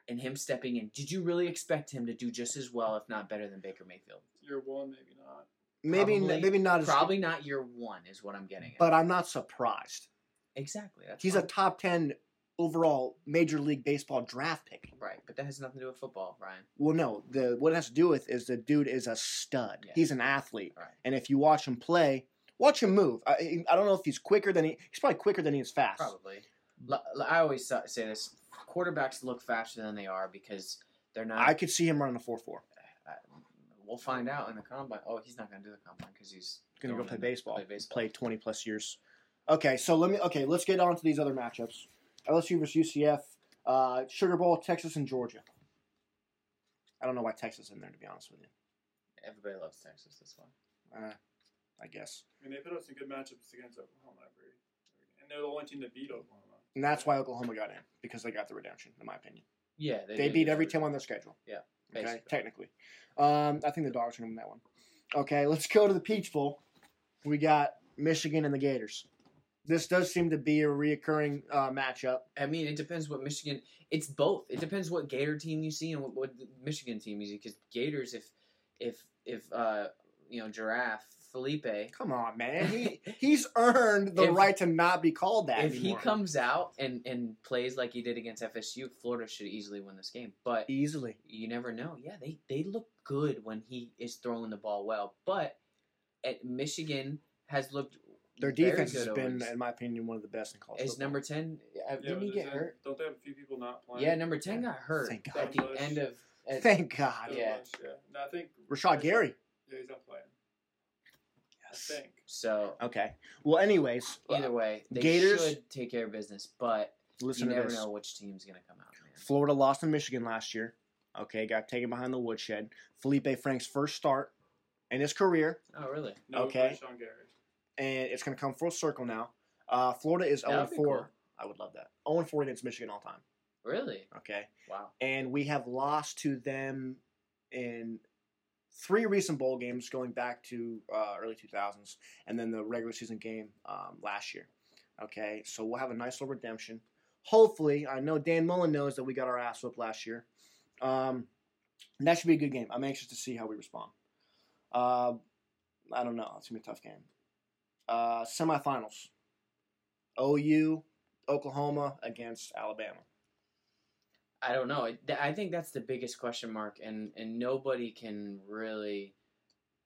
Speaker 1: and him stepping in, did you really expect him to do just as well, if not better than Baker Mayfield?
Speaker 3: Year one, maybe not.
Speaker 2: Maybe,
Speaker 1: Probably-
Speaker 2: maybe not as
Speaker 1: Probably not year one, is what I'm getting at.
Speaker 2: but I'm not surprised.
Speaker 1: exactly, that's
Speaker 2: He's a
Speaker 1: fine.
Speaker 2: top 10 overall Major League Baseball draft pick.
Speaker 1: right, but that has nothing to do with football, Ryan.
Speaker 2: Well, no, the what it has to do with is the dude is a stud.
Speaker 1: Yeah.
Speaker 2: He's an athlete,
Speaker 1: All right,
Speaker 2: and if you watch him play, watch him move. I, I don't know if he's quicker than he. He's probably quicker than he is fast.
Speaker 1: probably. L- l- I always sa- say this: quarterbacks look faster than they are because they're not.
Speaker 2: I could see him running a four four.
Speaker 1: I- we'll find out in the combine. Oh, he's not going to do the combine because he's
Speaker 2: Gonna go
Speaker 1: going
Speaker 2: play
Speaker 1: in-
Speaker 2: baseball.
Speaker 1: Play
Speaker 2: Play
Speaker 1: baseball.
Speaker 2: twenty plus years. Okay, so let me. Okay, let's get on to these other matchups. LSU versus UCF, uh, Sugar Bowl, Texas and Georgia. I don't know why Texas in there to be honest with you.
Speaker 1: Everybody loves Texas this one.
Speaker 2: Uh, I guess,
Speaker 3: I mean, they put up some good matchups against Oklahoma every, and they're the only team that beat Oklahoma.
Speaker 2: and that's why Oklahoma got in because they got the redemption, in my opinion.
Speaker 1: Yeah,
Speaker 2: They
Speaker 1: did
Speaker 2: beat
Speaker 1: get
Speaker 2: every
Speaker 1: every-
Speaker 2: team on their schedule.
Speaker 1: Yeah,
Speaker 2: Okay,
Speaker 1: basically.
Speaker 2: technically. Um, I think the Dogs are going to win that one. Okay, let's go to the Peach Bowl. We got Michigan and the Gators. This does seem to be a reoccurring uh, matchup.
Speaker 1: I mean, it depends what Michigan. It's both. It depends what Gator team you see and what, what Michigan team you see. Because Gators, if if if uh you know Giraffe Felipe,
Speaker 2: Come on, man. (laughs) He, he's earned the
Speaker 1: If-
Speaker 2: right to not be called that.
Speaker 1: if he
Speaker 2: anymore.
Speaker 1: comes out and and plays like he did against FSU, Florida should easily win this game. But
Speaker 2: easily,
Speaker 1: you never know. Yeah, they they look good when he is throwing the ball well. But at Michigan has looked
Speaker 2: their
Speaker 1: very
Speaker 2: defense
Speaker 1: good
Speaker 2: has
Speaker 1: over-
Speaker 2: been, in my opinion, one of the best in college.
Speaker 1: is
Speaker 2: football. (laughs)
Speaker 1: number ten. Uh,
Speaker 3: Yeah,
Speaker 1: didn't he
Speaker 3: but
Speaker 1: get
Speaker 3: isn't-
Speaker 1: hurt?
Speaker 3: Don't they have a few people not playing?
Speaker 1: Yeah, number ten got hurt
Speaker 2: Thank God.
Speaker 1: at the end of. at-
Speaker 2: Thank God,
Speaker 3: Not
Speaker 1: yeah.
Speaker 3: much, yeah. No, I think
Speaker 2: Rashad Gary.
Speaker 3: Yeah, he's not playing. I think.
Speaker 1: so
Speaker 2: Okay. Well, anyways, uh,
Speaker 1: Either way, they
Speaker 2: Gators-
Speaker 1: should take care of business, but
Speaker 2: listen
Speaker 1: you
Speaker 2: to
Speaker 1: never
Speaker 2: this.
Speaker 1: know which team's gonna come out. Man.
Speaker 2: Florida lost to Michigan last year. Okay, got taken behind the woodshed. Felipe Frank's first start in his career,
Speaker 1: Oh, really?
Speaker 3: No,
Speaker 2: Okay.
Speaker 3: Sean Gary.
Speaker 2: and it's going to come full circle now. Uh, Florida is
Speaker 1: That
Speaker 2: 0
Speaker 1: would be
Speaker 2: 4.
Speaker 1: cool.
Speaker 2: I would love that. 0 4 against Michigan all time.
Speaker 1: Really?
Speaker 2: Okay.
Speaker 1: Wow.
Speaker 2: And we have lost to them in three recent bowl games going back to uh, early 2000s and then the regular season game um, last year. Okay. So we'll have a nice little redemption. Hopefully, I know Dan Mullen knows that we got our ass whipped last year. Um, and that should be a good game. I'm anxious to see how we respond. Uh, I don't know. It's gonna be a tough game. Uh, semifinals. OU, Oklahoma against Alabama.
Speaker 1: I don't know. It- th- I think that's the biggest question mark, and and nobody can really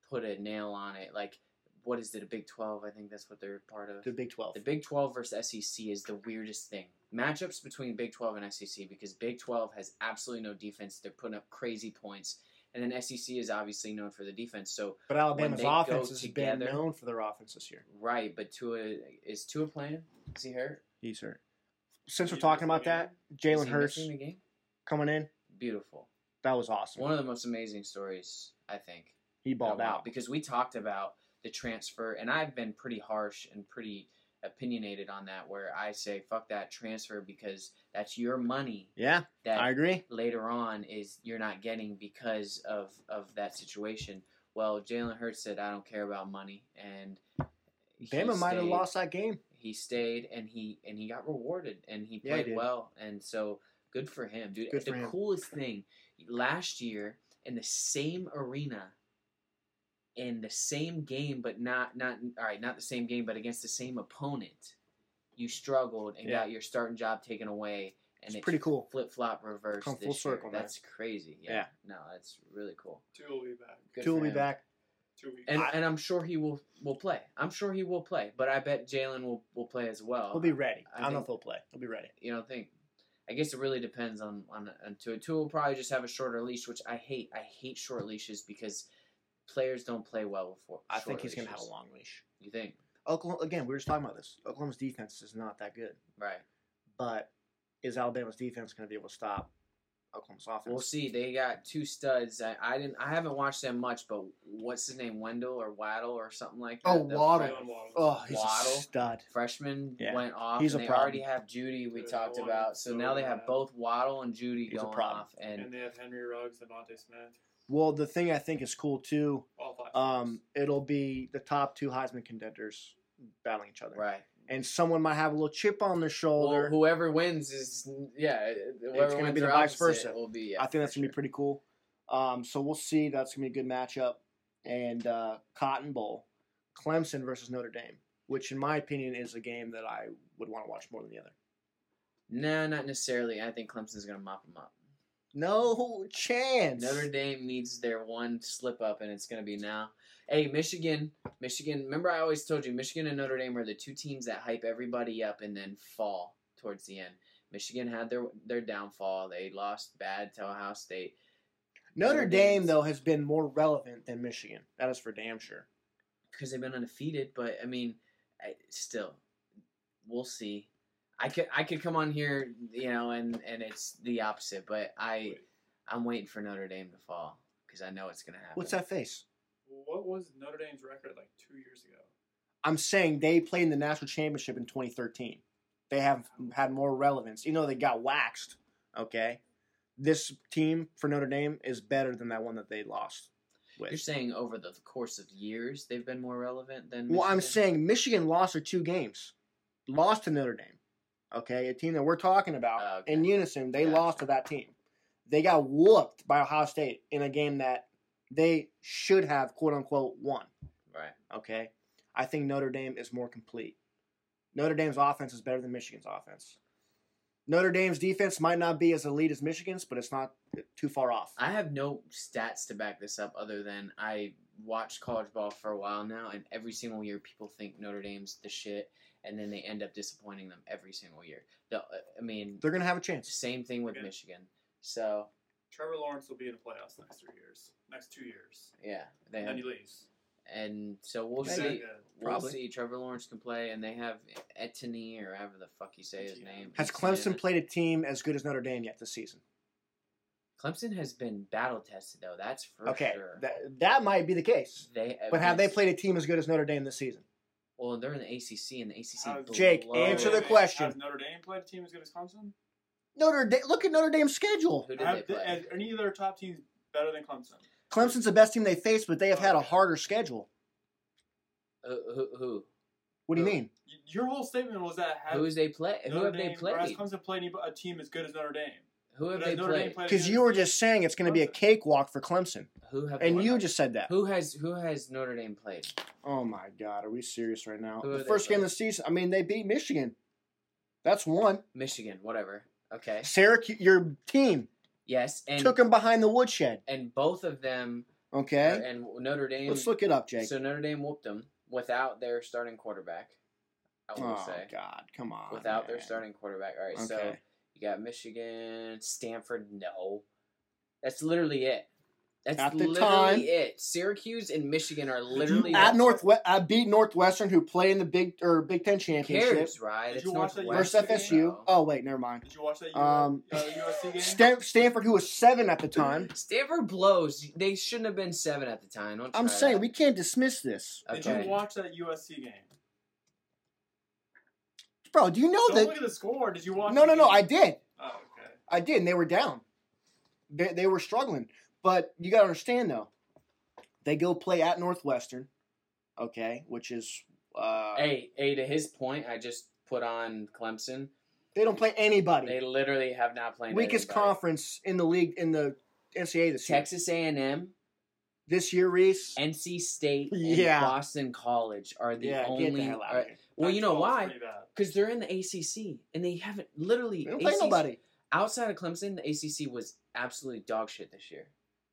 Speaker 1: put a nail on it. Like, what is it? A Big Twelve? I think that's what they're part of.
Speaker 2: The Big Twelve.
Speaker 1: The Big Twelve versus SEC is the weirdest thing. Matchups between Big Twelve and SEC because Big Twelve has absolutely no defense. They're putting up crazy points, and then SEC is obviously known for the defense. So
Speaker 2: But Alabama's
Speaker 1: they go
Speaker 2: offense has been
Speaker 1: together-
Speaker 2: known for their offense this year.
Speaker 1: Right, but Tua is Tua playing? Is he hurt?
Speaker 2: He's hurt. Since
Speaker 3: Did
Speaker 2: we're
Speaker 3: you
Speaker 2: talking
Speaker 3: miss
Speaker 2: about
Speaker 3: the
Speaker 2: that,
Speaker 3: game?
Speaker 1: Is
Speaker 2: Jalen
Speaker 1: he
Speaker 2: Hurts
Speaker 1: missing the game?
Speaker 2: coming in,
Speaker 1: Beautiful.
Speaker 2: that was awesome.
Speaker 1: One of the most amazing stories I think.
Speaker 2: he
Speaker 1: in a
Speaker 2: balled
Speaker 1: while,
Speaker 2: out.
Speaker 1: because we talked about the transfer, and I've been pretty harsh and pretty opinionated on that, where I say fuck that transfer because that's your money
Speaker 2: Yeah,
Speaker 1: that
Speaker 2: I agree.
Speaker 1: later on is you're not getting because of of that situation. Well, Jalen Hurts said I don't care about money, and he
Speaker 2: Bama might have
Speaker 1: stayed-
Speaker 2: lost that game.
Speaker 1: He stayed and he and he got rewarded and he
Speaker 2: Yeah, he
Speaker 1: played
Speaker 2: did.
Speaker 1: well and so good for him, dude.
Speaker 2: Good
Speaker 1: the
Speaker 2: for him.
Speaker 1: coolest thing last year in the same arena in the same game but not not all right, not the same game but against the same opponent. You struggled and
Speaker 3: Yeah.
Speaker 1: got your starting job taken away and
Speaker 2: It's pretty cool.
Speaker 1: flip flop reverse.
Speaker 2: Come
Speaker 1: this
Speaker 2: full
Speaker 1: year.
Speaker 2: circle, man.
Speaker 1: That's crazy. Yeah.
Speaker 2: Yeah.
Speaker 1: No, that's really cool.
Speaker 3: Two will be back.
Speaker 1: Good
Speaker 2: Two will
Speaker 1: for
Speaker 2: be
Speaker 1: him.
Speaker 2: back.
Speaker 3: Two weeks.
Speaker 1: And,
Speaker 2: I-
Speaker 1: and I'm sure he will, will play. I'm sure he will play, but I bet Jalen will, will play as well.
Speaker 2: He'll be ready.
Speaker 1: Uh, I
Speaker 2: I, don't know
Speaker 1: think-
Speaker 2: if he'll play. He'll be ready.
Speaker 1: you know, think. I guess it really depends on on, on Tua. Tua will probably just have a shorter leash, which I hate. I hate short leashes because players don't play well before.
Speaker 2: I
Speaker 1: short
Speaker 2: think he's going to have a
Speaker 1: leashes.
Speaker 2: long leash.
Speaker 1: You think?
Speaker 2: Oklahoma, again, we were just talking about this. Oklahoma's defense is not that good,
Speaker 1: Right.
Speaker 2: but is Alabama's defense going to be able to stop Oklahoma's offense?
Speaker 1: We'll see. They got two studs. I, I didn't. I haven't watched them much, but what's his name? Wendell or Waddle or something like that.
Speaker 2: Oh,
Speaker 1: The
Speaker 2: Waddle.
Speaker 1: fre-
Speaker 3: Jalen Waddle.
Speaker 2: Oh, he's
Speaker 1: Waddle.
Speaker 2: a stud.
Speaker 1: Freshman
Speaker 2: Yeah.
Speaker 1: went off.
Speaker 2: He's
Speaker 1: and
Speaker 2: a
Speaker 1: they
Speaker 2: problem.
Speaker 1: already have Judy. We
Speaker 3: Good
Speaker 1: talked
Speaker 3: one.
Speaker 1: about. So
Speaker 3: So
Speaker 1: now they
Speaker 3: bad.
Speaker 1: have both Waddle and Judy
Speaker 2: He's a
Speaker 1: going
Speaker 2: problem.
Speaker 1: off, and
Speaker 3: and they have Henry Ruggs, Devontae Smith,
Speaker 2: Well, the thing I think is cool too.
Speaker 3: all five.
Speaker 2: Um, it'll be the top two Heisman contenders battling each other,
Speaker 1: right.
Speaker 2: and someone might have a little chip on their
Speaker 1: Well,
Speaker 2: shoulder.
Speaker 1: whoever wins is yeah. Whoever
Speaker 2: gonna
Speaker 1: wins
Speaker 2: be the
Speaker 1: their
Speaker 2: vice
Speaker 1: opposite
Speaker 2: versa.
Speaker 1: Will be. Yeah,
Speaker 2: I think that's
Speaker 1: for
Speaker 2: gonna be
Speaker 1: sure.
Speaker 2: pretty cool. Um, so we'll see. That's gonna be a good matchup. And uh, Cotton Bowl, Clemson versus Notre Dame, which in my opinion is a game that I would want to watch more than the other.
Speaker 1: No, not necessarily. I think Clemson's going to mop them up.
Speaker 2: No chance.
Speaker 1: Notre Dame needs their one slip up, and it's going to be now. Hey, Michigan, Michigan. Remember, I always told you Michigan and Notre Dame are the two teams that hype everybody up and then fall towards the end. Michigan had their their downfall. They lost bad to Ohio State.
Speaker 2: Notre
Speaker 1: Notre
Speaker 2: Dame
Speaker 1: Dame's-
Speaker 2: though has been more relevant than Michigan. That is for damn sure.
Speaker 1: because they've been undefeated. But I mean, I, still, we'll see. I could I could come on here, you know, and and it's the opposite. But I
Speaker 3: Wait,
Speaker 1: I'm waiting for Notre Dame to fall because I know it's gonna happen.
Speaker 2: What's that face?
Speaker 3: what was Notre Dame's record like two years ago?
Speaker 2: I'm saying they played in the national championship in 2013. They have had more relevance. You know, they got waxed. Okay, this team for Notre Dame is better than that one that they lost. With.
Speaker 1: You're saying over the course of years they've been more relevant than.
Speaker 2: Well, I'm
Speaker 1: Michigan?
Speaker 2: saying Michigan lost their two games, lost to Notre Dame. Okay, a team that we're talking about
Speaker 1: Oh, okay.
Speaker 2: in unison, they
Speaker 1: Gotcha.
Speaker 2: lost to that team. They got whooped by Ohio State in a game that they should have quote unquote won.
Speaker 1: right.
Speaker 2: Okay, I think Notre Dame is more complete. Notre Dame's offense is better than Michigan's offense. Notre Dame's defense might not be as elite as Michigan's, but it's not too far off.
Speaker 1: I have no stats to back this up other than I watched college ball for a while now, and every single year people think Notre Dame's the shit, and then they end up disappointing them every single year. The, uh, I mean,
Speaker 2: They're gonna have a chance.
Speaker 1: same thing with
Speaker 3: Yeah.
Speaker 1: Michigan. So
Speaker 3: Trevor Lawrence will be in the playoffs next three years, next two years,
Speaker 1: Yeah, they
Speaker 3: and then
Speaker 1: have,
Speaker 3: he leaves.
Speaker 1: and so we'll
Speaker 2: Maybe.
Speaker 1: see.
Speaker 3: Gonzaga.
Speaker 1: We'll
Speaker 2: Probably.
Speaker 1: see. Trevor Lawrence can play, and they have Etienne or however the fuck you say his
Speaker 3: Etienne.
Speaker 1: name.
Speaker 2: Has
Speaker 1: Etienne.
Speaker 2: Clemson played a team as good as Notre Dame yet this season?
Speaker 1: Clemson has been battle tested though. That's for
Speaker 2: okay,
Speaker 1: sure.
Speaker 2: that that might be the case.
Speaker 1: they, uh,
Speaker 2: But have they
Speaker 1: against-
Speaker 2: played a team as good as Notre Dame this season?
Speaker 1: Well, they're in the ACC, and the ACC.
Speaker 3: How's-
Speaker 2: Jake,
Speaker 1: blows-
Speaker 2: answer the
Speaker 3: Wait,
Speaker 2: question.
Speaker 3: Has Notre Dame played a team as good as Clemson?
Speaker 2: Notre Dame. Look at Notre Dame's schedule.
Speaker 1: Who did
Speaker 3: Have,
Speaker 1: they play?
Speaker 3: has any of their top teams better than Clemson?
Speaker 2: Clemson's the best team they faced, but they have had a harder schedule.
Speaker 1: who, who, who?
Speaker 2: What do you mean?
Speaker 3: Y- Your whole statement was that have
Speaker 1: Who is they play? Who
Speaker 3: Notre
Speaker 1: have
Speaker 3: Dame,
Speaker 1: they
Speaker 3: or Has
Speaker 1: played?
Speaker 3: Clemson played any, a team as good as Notre Dame?
Speaker 1: Who have
Speaker 3: But
Speaker 1: they
Speaker 3: has Notre Dame
Speaker 1: played?
Speaker 3: played
Speaker 2: Because
Speaker 3: against-
Speaker 2: you were just saying it's going to be a
Speaker 3: Clemson.
Speaker 2: cakewalk for Clemson,
Speaker 1: Who have?
Speaker 2: and
Speaker 1: they-
Speaker 2: you just said that.
Speaker 1: Who has? Who has Notre Dame played?
Speaker 2: Oh my God, are we serious right now?
Speaker 1: Who are
Speaker 2: The
Speaker 1: they
Speaker 2: first game
Speaker 1: playing?
Speaker 2: of the season. I mean, they beat Michigan. That's one.
Speaker 1: Michigan, whatever. Okay.
Speaker 2: Syracuse, your team
Speaker 1: Yes, and
Speaker 2: took them behind the woodshed.
Speaker 1: and both of them,
Speaker 2: Okay,
Speaker 1: and Notre Dame.
Speaker 2: let's look it up, Jake.
Speaker 1: So Notre Dame whooped them without their starting quarterback. I will
Speaker 2: oh
Speaker 1: say
Speaker 2: God, come on.
Speaker 1: without their
Speaker 2: man.
Speaker 1: starting quarterback. All right,
Speaker 2: Okay.
Speaker 1: so you got Michigan, Stanford. No, that's literally it. That's
Speaker 2: At the
Speaker 1: literally
Speaker 2: time-
Speaker 1: it. Syracuse and Michigan are literally.
Speaker 2: at
Speaker 1: the-
Speaker 2: Northwest, I beat Northwestern, who play in the Big or Big Ten
Speaker 1: Who
Speaker 2: championship
Speaker 1: cares, right?
Speaker 3: Did
Speaker 1: It's
Speaker 3: you watch that
Speaker 1: Northwestern,
Speaker 2: versus FSU.
Speaker 1: bro.
Speaker 2: Oh wait, never mind.
Speaker 3: Did you watch that U-
Speaker 2: Um,
Speaker 3: uh,
Speaker 2: (laughs)
Speaker 3: USC game?
Speaker 2: Stan- Stanford, who was seven at the time.
Speaker 1: Stanford blows. They shouldn't have been seven at the time. Don't
Speaker 2: I'm
Speaker 1: try
Speaker 2: saying
Speaker 1: that.
Speaker 2: we can't dismiss this,
Speaker 3: Did
Speaker 1: Okay.
Speaker 3: you watch that USC game?
Speaker 2: bro. Do you know
Speaker 3: Don't look
Speaker 2: that?
Speaker 3: at the score. Did you watch?
Speaker 2: No,
Speaker 3: the
Speaker 2: no, no.
Speaker 3: game?
Speaker 2: I did,
Speaker 3: Oh, okay.
Speaker 2: I did, and they were down. They they were struggling, but you gotta understand though, they go play at Northwestern, okay, which is Uh,
Speaker 1: Hey, hey, to his point, I just put on Clemson.
Speaker 2: they don't play anybody.
Speaker 1: They literally have not played
Speaker 2: Weakest
Speaker 1: anybody.
Speaker 2: conference in the league in the NCAA this year.
Speaker 1: Texas A&M,
Speaker 2: This year, Reese.
Speaker 1: NC State, and
Speaker 2: Yeah.
Speaker 1: Boston College are the
Speaker 2: yeah,
Speaker 1: only. uh,
Speaker 2: get the hell out
Speaker 1: are-
Speaker 2: of here.
Speaker 1: well,
Speaker 3: Pac-12
Speaker 1: you know
Speaker 3: is
Speaker 1: why?
Speaker 3: pretty bad.
Speaker 1: Because they're in the ACC and they haven't literally.
Speaker 2: They don't play
Speaker 1: ACC
Speaker 2: nobody.
Speaker 1: outside of Clemson, the ACC was absolutely dog shit this year.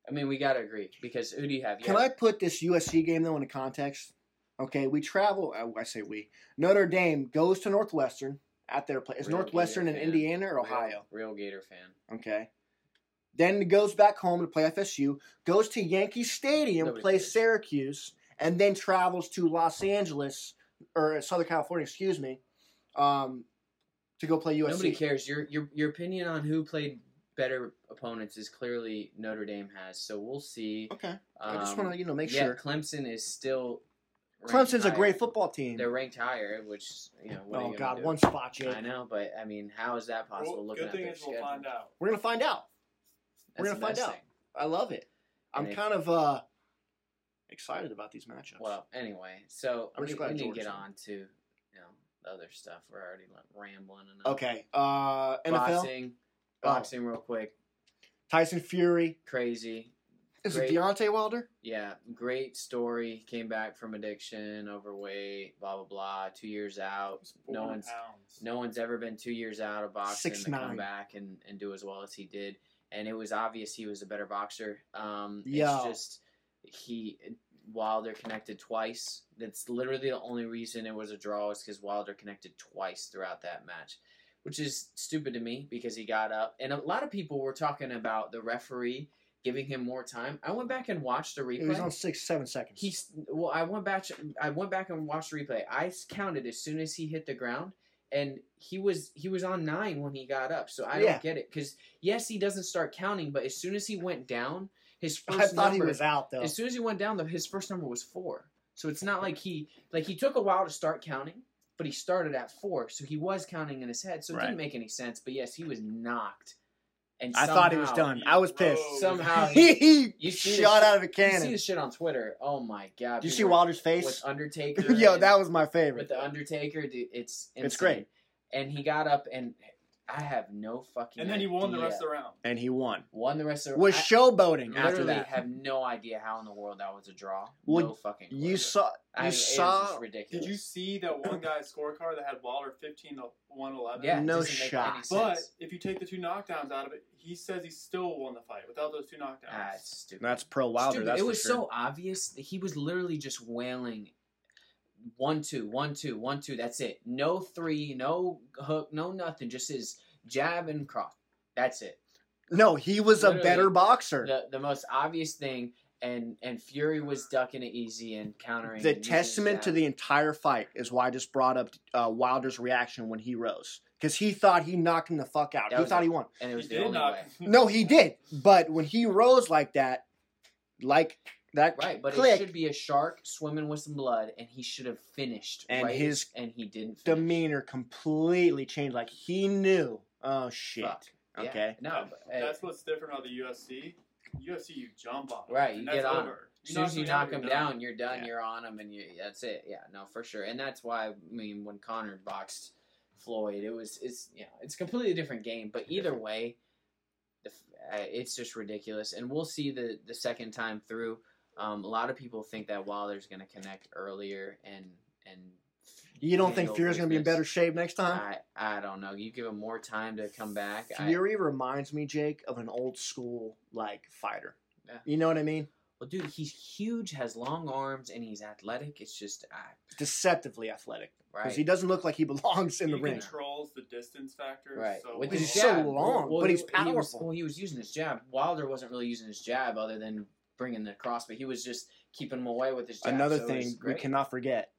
Speaker 1: I mean, we gotta agree because who do you have? You
Speaker 2: Can
Speaker 1: have-
Speaker 2: I put this USC game though into context? Okay, we travel. I- I say we. Notre Dame goes to Northwestern at their place. Is
Speaker 1: Real
Speaker 2: Northwestern in
Speaker 1: Gator fan.
Speaker 2: Indiana or
Speaker 1: real-
Speaker 2: Ohio?
Speaker 1: Real, Gator fan.
Speaker 2: Okay. Then goes back home to play FSU. Goes to Yankee Stadium,
Speaker 1: Nobody
Speaker 2: plays
Speaker 1: cares.
Speaker 2: Syracuse, and then travels to Los Angeles or Southern California. Excuse me, um, to go play USC.
Speaker 1: Nobody cares. Your your your opinion on who played better opponents is clearly Notre Dame has. So we'll see.
Speaker 2: Okay, I just
Speaker 1: Um,
Speaker 2: want to you know make
Speaker 1: yeah,
Speaker 2: sure
Speaker 1: Clemson is still. ranked
Speaker 2: Clemson's a
Speaker 1: higher.
Speaker 2: great football team.
Speaker 1: They're ranked higher, which you know. What are
Speaker 2: Oh
Speaker 1: you gonna
Speaker 2: God,
Speaker 1: do?
Speaker 2: one spot, Jake.
Speaker 1: I know, but I mean, how is that possible?
Speaker 3: Well,
Speaker 1: looking
Speaker 3: good
Speaker 1: at
Speaker 3: thing
Speaker 1: their
Speaker 3: is we'll
Speaker 1: schedule?
Speaker 3: find out.
Speaker 2: We're gonna find out. We're
Speaker 1: That's
Speaker 2: gonna
Speaker 1: the
Speaker 2: find
Speaker 1: best
Speaker 2: out.
Speaker 1: thing.
Speaker 2: I love it. I'm
Speaker 1: And if-
Speaker 2: kind of uh excited about these matchups.
Speaker 1: Well, anyway, so
Speaker 2: I'm
Speaker 1: we,
Speaker 2: just
Speaker 1: we
Speaker 2: glad
Speaker 1: need to
Speaker 2: Georgia
Speaker 1: get
Speaker 2: won.
Speaker 1: on to you know the other stuff. We're already like, rambling enough.
Speaker 2: okay. Uh NFL
Speaker 1: Boxing,
Speaker 2: Oh.
Speaker 1: boxing, real quick.
Speaker 2: Tyson Fury.
Speaker 1: Crazy.
Speaker 2: Is
Speaker 1: Great.
Speaker 2: it Deontay Wilder?
Speaker 1: Yeah, great story. Came back from addiction, overweight, blah blah blah. Two years out. No
Speaker 3: 400
Speaker 1: one's
Speaker 3: pounds.
Speaker 1: no one's ever been two years out of boxing
Speaker 2: Six
Speaker 1: to
Speaker 2: nine.
Speaker 1: come back and, and do as well as he did. And it was obvious he was a better boxer. Um,
Speaker 2: Yo.
Speaker 1: It's just he Wilder connected twice. That's literally the only reason it was a draw is because Wilder connected twice throughout that match, which is stupid to me because he got up. And a lot of people were talking about the referee giving him more time. I went back and watched the replay.
Speaker 2: It was on six, seven seconds.
Speaker 1: He's well. I went back. I went back and watched the replay. I s- counted as soon as he hit the ground, and he was he was on nine when he got up. So I
Speaker 2: Yeah.
Speaker 1: don't get it because yes, he doesn't start counting, but as soon as he went down, his first
Speaker 2: I thought
Speaker 1: number,
Speaker 2: he was out though.
Speaker 1: as soon as he went down, the, his first number was four. So it's not like he like he took a while to start counting, but he started at four, so he was counting in his head. So it
Speaker 2: Right.
Speaker 1: didn't make any sense. But yes, he was knocked, and
Speaker 2: I thought he was
Speaker 1: somehow-
Speaker 2: done. I was pissed.
Speaker 3: Whoa.
Speaker 1: Somehow (laughs) he-
Speaker 2: he
Speaker 1: you see the
Speaker 2: shot
Speaker 1: shit-
Speaker 2: out of a
Speaker 1: You see
Speaker 2: cannon.
Speaker 1: the shit on Twitter. Oh my god!
Speaker 2: Did
Speaker 1: people
Speaker 2: you see
Speaker 1: were-
Speaker 2: Wilder's
Speaker 1: with
Speaker 2: face?
Speaker 1: Undertaker.
Speaker 2: (laughs) Yo,
Speaker 1: and-
Speaker 2: that was my
Speaker 1: with
Speaker 2: favorite.
Speaker 1: the Undertaker. Dude, it's insane.
Speaker 2: It's great.
Speaker 1: And he got up, and I have no fucking.
Speaker 3: (laughs) And then he won the rest of
Speaker 1: idea.
Speaker 3: the round.
Speaker 2: And he won.
Speaker 1: Won the rest of the
Speaker 2: Was
Speaker 1: I
Speaker 2: showboating after
Speaker 1: literally
Speaker 2: that.
Speaker 1: have no idea how in the world that was a draw.
Speaker 2: Well,
Speaker 1: no fucking. clue.
Speaker 2: you saw
Speaker 1: I
Speaker 2: you
Speaker 1: mean, it was just
Speaker 2: saw
Speaker 1: ridiculous.
Speaker 3: Did you see that one guy's scorecard that had Waller 15 to 111?
Speaker 1: Yeah. it
Speaker 2: No
Speaker 1: doesn't make
Speaker 2: shot.
Speaker 1: any
Speaker 3: But
Speaker 1: sense.
Speaker 3: if you take the two knockdowns out of it, he says he still won the fight without those two knockdowns.
Speaker 1: Ah, it's stupid.
Speaker 2: that's pro Wilder.
Speaker 1: Stupid.
Speaker 2: That's
Speaker 1: it
Speaker 2: for
Speaker 1: was
Speaker 2: sure.
Speaker 1: so obvious. that He was literally just wailing. One two, one two, one two. That's it. No three, no hook, no nothing. Just his jab and cross. That's it.
Speaker 2: No, he was a
Speaker 1: Literally,
Speaker 2: better boxer.
Speaker 1: the the most obvious thing, and and Fury was ducking it easy and countering.
Speaker 2: the
Speaker 1: and using his
Speaker 2: testament to
Speaker 1: jab.
Speaker 2: the entire fight is why I just brought up uh, Wilder's reaction when he rose because he thought he knocked him the fuck out.
Speaker 1: That
Speaker 2: he
Speaker 1: was
Speaker 2: thought
Speaker 1: it.
Speaker 2: he won.
Speaker 1: and it was
Speaker 3: he
Speaker 1: the
Speaker 3: did
Speaker 1: only
Speaker 3: knock.
Speaker 1: way.
Speaker 2: No, he did. But when he rose like that, like that,
Speaker 1: Right, but it
Speaker 2: click
Speaker 1: should be a shark swimming with some blood, and he should have finished.
Speaker 2: And
Speaker 1: right-
Speaker 2: his
Speaker 1: and he didn't. Finish.
Speaker 2: demeanor completely changed. Like he knew. Oh shit.
Speaker 1: Fuck. Yeah,
Speaker 2: Okay.
Speaker 1: no, but, uh,
Speaker 3: That's what's different about the UFC. UFC, you jump on. him,
Speaker 1: Right,
Speaker 3: and
Speaker 1: you
Speaker 3: that's
Speaker 1: get on
Speaker 3: over.
Speaker 1: as soon as you knock him
Speaker 3: you're
Speaker 1: down, you're done.
Speaker 2: Yeah.
Speaker 1: You're on him, and you, that's it. Yeah, no, for sure. And that's why I mean, when Connor boxed Floyd, it was it's you know it's a completely different game. But either way, the, f- uh, it's just ridiculous. And we'll see the the second time through. Um, a lot of people think that Wilder's going to connect earlier, and and
Speaker 2: You don't think
Speaker 1: handle
Speaker 2: Fury's gonna be in
Speaker 1: business.
Speaker 2: better shape next time?
Speaker 1: I I don't know. You give him more time to come back. I,
Speaker 2: Fury reminds me, Jake, of an old school like fighter.
Speaker 1: Yeah.
Speaker 2: You know what I mean?
Speaker 1: well, dude, he's huge, has long arms, and he's athletic. It's just I,
Speaker 2: Deceptively athletic because
Speaker 1: right.
Speaker 2: he doesn't look like he (laughs) belongs in the
Speaker 3: he
Speaker 2: ring.
Speaker 3: controls the distance factor.
Speaker 1: Right.
Speaker 3: So
Speaker 1: With
Speaker 2: He's
Speaker 1: his
Speaker 2: so
Speaker 1: jab.
Speaker 2: long, but
Speaker 1: he-
Speaker 2: he's
Speaker 1: He was,
Speaker 2: powerful.
Speaker 1: well, he was using his jab. Wilder wasn't really using his jab other than bringing the cross, but he was just keeping him away with his jab.
Speaker 2: Another
Speaker 1: so it was
Speaker 2: thing we
Speaker 1: great.
Speaker 2: cannot forget.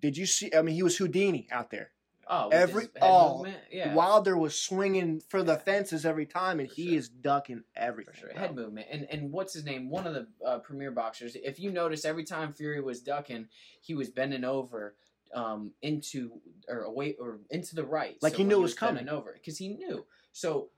Speaker 2: Did you see? I mean, he was Houdini out there.
Speaker 1: Oh, with
Speaker 2: every-
Speaker 1: his head
Speaker 2: oh,
Speaker 1: movement? Yeah.
Speaker 2: Wilder was swinging for the fences every time, and
Speaker 1: For
Speaker 2: he
Speaker 1: sure.
Speaker 2: is ducking
Speaker 1: For
Speaker 2: everything.
Speaker 1: sure.
Speaker 2: bro.
Speaker 1: Head movement. And and what's his name? One of the uh, premier boxers. If you notice, every time Fury was ducking, he was bending over um, into or away or into the right.
Speaker 2: Like he
Speaker 1: when
Speaker 2: knew it was coming.
Speaker 1: bending over because he knew. So,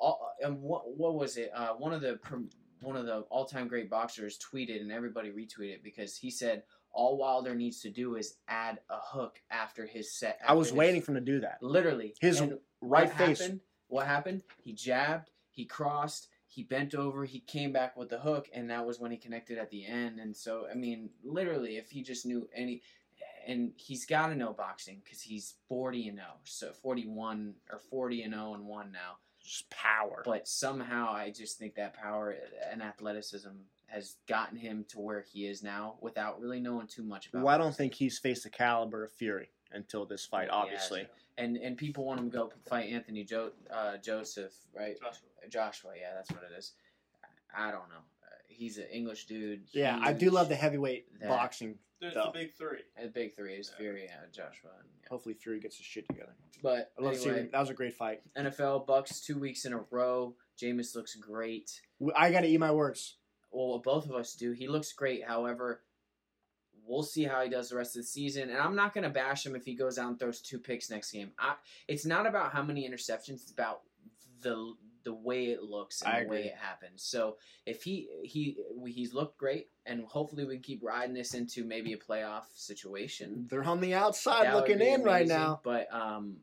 Speaker 1: all, and what what was it? Uh, one of the pr- one of the all-time great boxers tweeted and everybody retweeted it because he said all Wilder needs to do is add a hook after his set.
Speaker 2: I was
Speaker 1: after his-
Speaker 2: waiting for him to do that.
Speaker 1: Literally,
Speaker 2: His
Speaker 1: And
Speaker 2: Right
Speaker 1: what
Speaker 2: face.
Speaker 1: Happened, what happened? He jabbed, he crossed, he bent over, he came back with the hook, and that was when he connected at the end. And so, I mean, literally, if he just knew any, and he's got to know boxing because he's forty and zero, so forty one or forty and zero and one now.
Speaker 2: Just power.
Speaker 1: But somehow, I just think that power and athleticism has gotten him to where he is now without really knowing too much about.
Speaker 2: well, I don't
Speaker 1: boxing.
Speaker 2: think he's faced the caliber of Fury until this fight,
Speaker 1: Yeah,
Speaker 2: obviously.
Speaker 1: And and people want him to go fight Anthony jo- uh, Joseph, right?
Speaker 3: Joshua.
Speaker 1: Joshua, yeah, that's what it is. I I don't know. Uh, he's an English dude.
Speaker 2: Yeah, I do love the
Speaker 1: huge.
Speaker 2: heavyweight
Speaker 1: That-
Speaker 2: boxing.
Speaker 3: There's
Speaker 2: Though.
Speaker 3: the big three.
Speaker 1: The big three is
Speaker 3: Yeah.
Speaker 1: Fury, yeah, Joshua. and- yeah.
Speaker 2: Hopefully, Fury gets his shit together.
Speaker 1: But
Speaker 2: I love
Speaker 1: anyway,
Speaker 2: seeing that was a great fight.
Speaker 1: NFL Bucks two weeks in a row. Jameis looks great.
Speaker 2: W- I got to eat my words.
Speaker 1: Well, what both of us do. He looks great. However, we'll see how he does the rest of the season. And I'm not going to bash him if he goes out and throws two picks next game. I, it's not about how many interceptions. It's about the the way it looks and
Speaker 2: I
Speaker 1: the way
Speaker 2: agree.
Speaker 1: it happens. So if he he we- he's looked great, and hopefully we can keep riding this into maybe a playoff situation.
Speaker 2: They're on the outside
Speaker 1: That would
Speaker 2: looking
Speaker 1: be
Speaker 2: in right
Speaker 1: amazing,
Speaker 2: now.
Speaker 1: but um.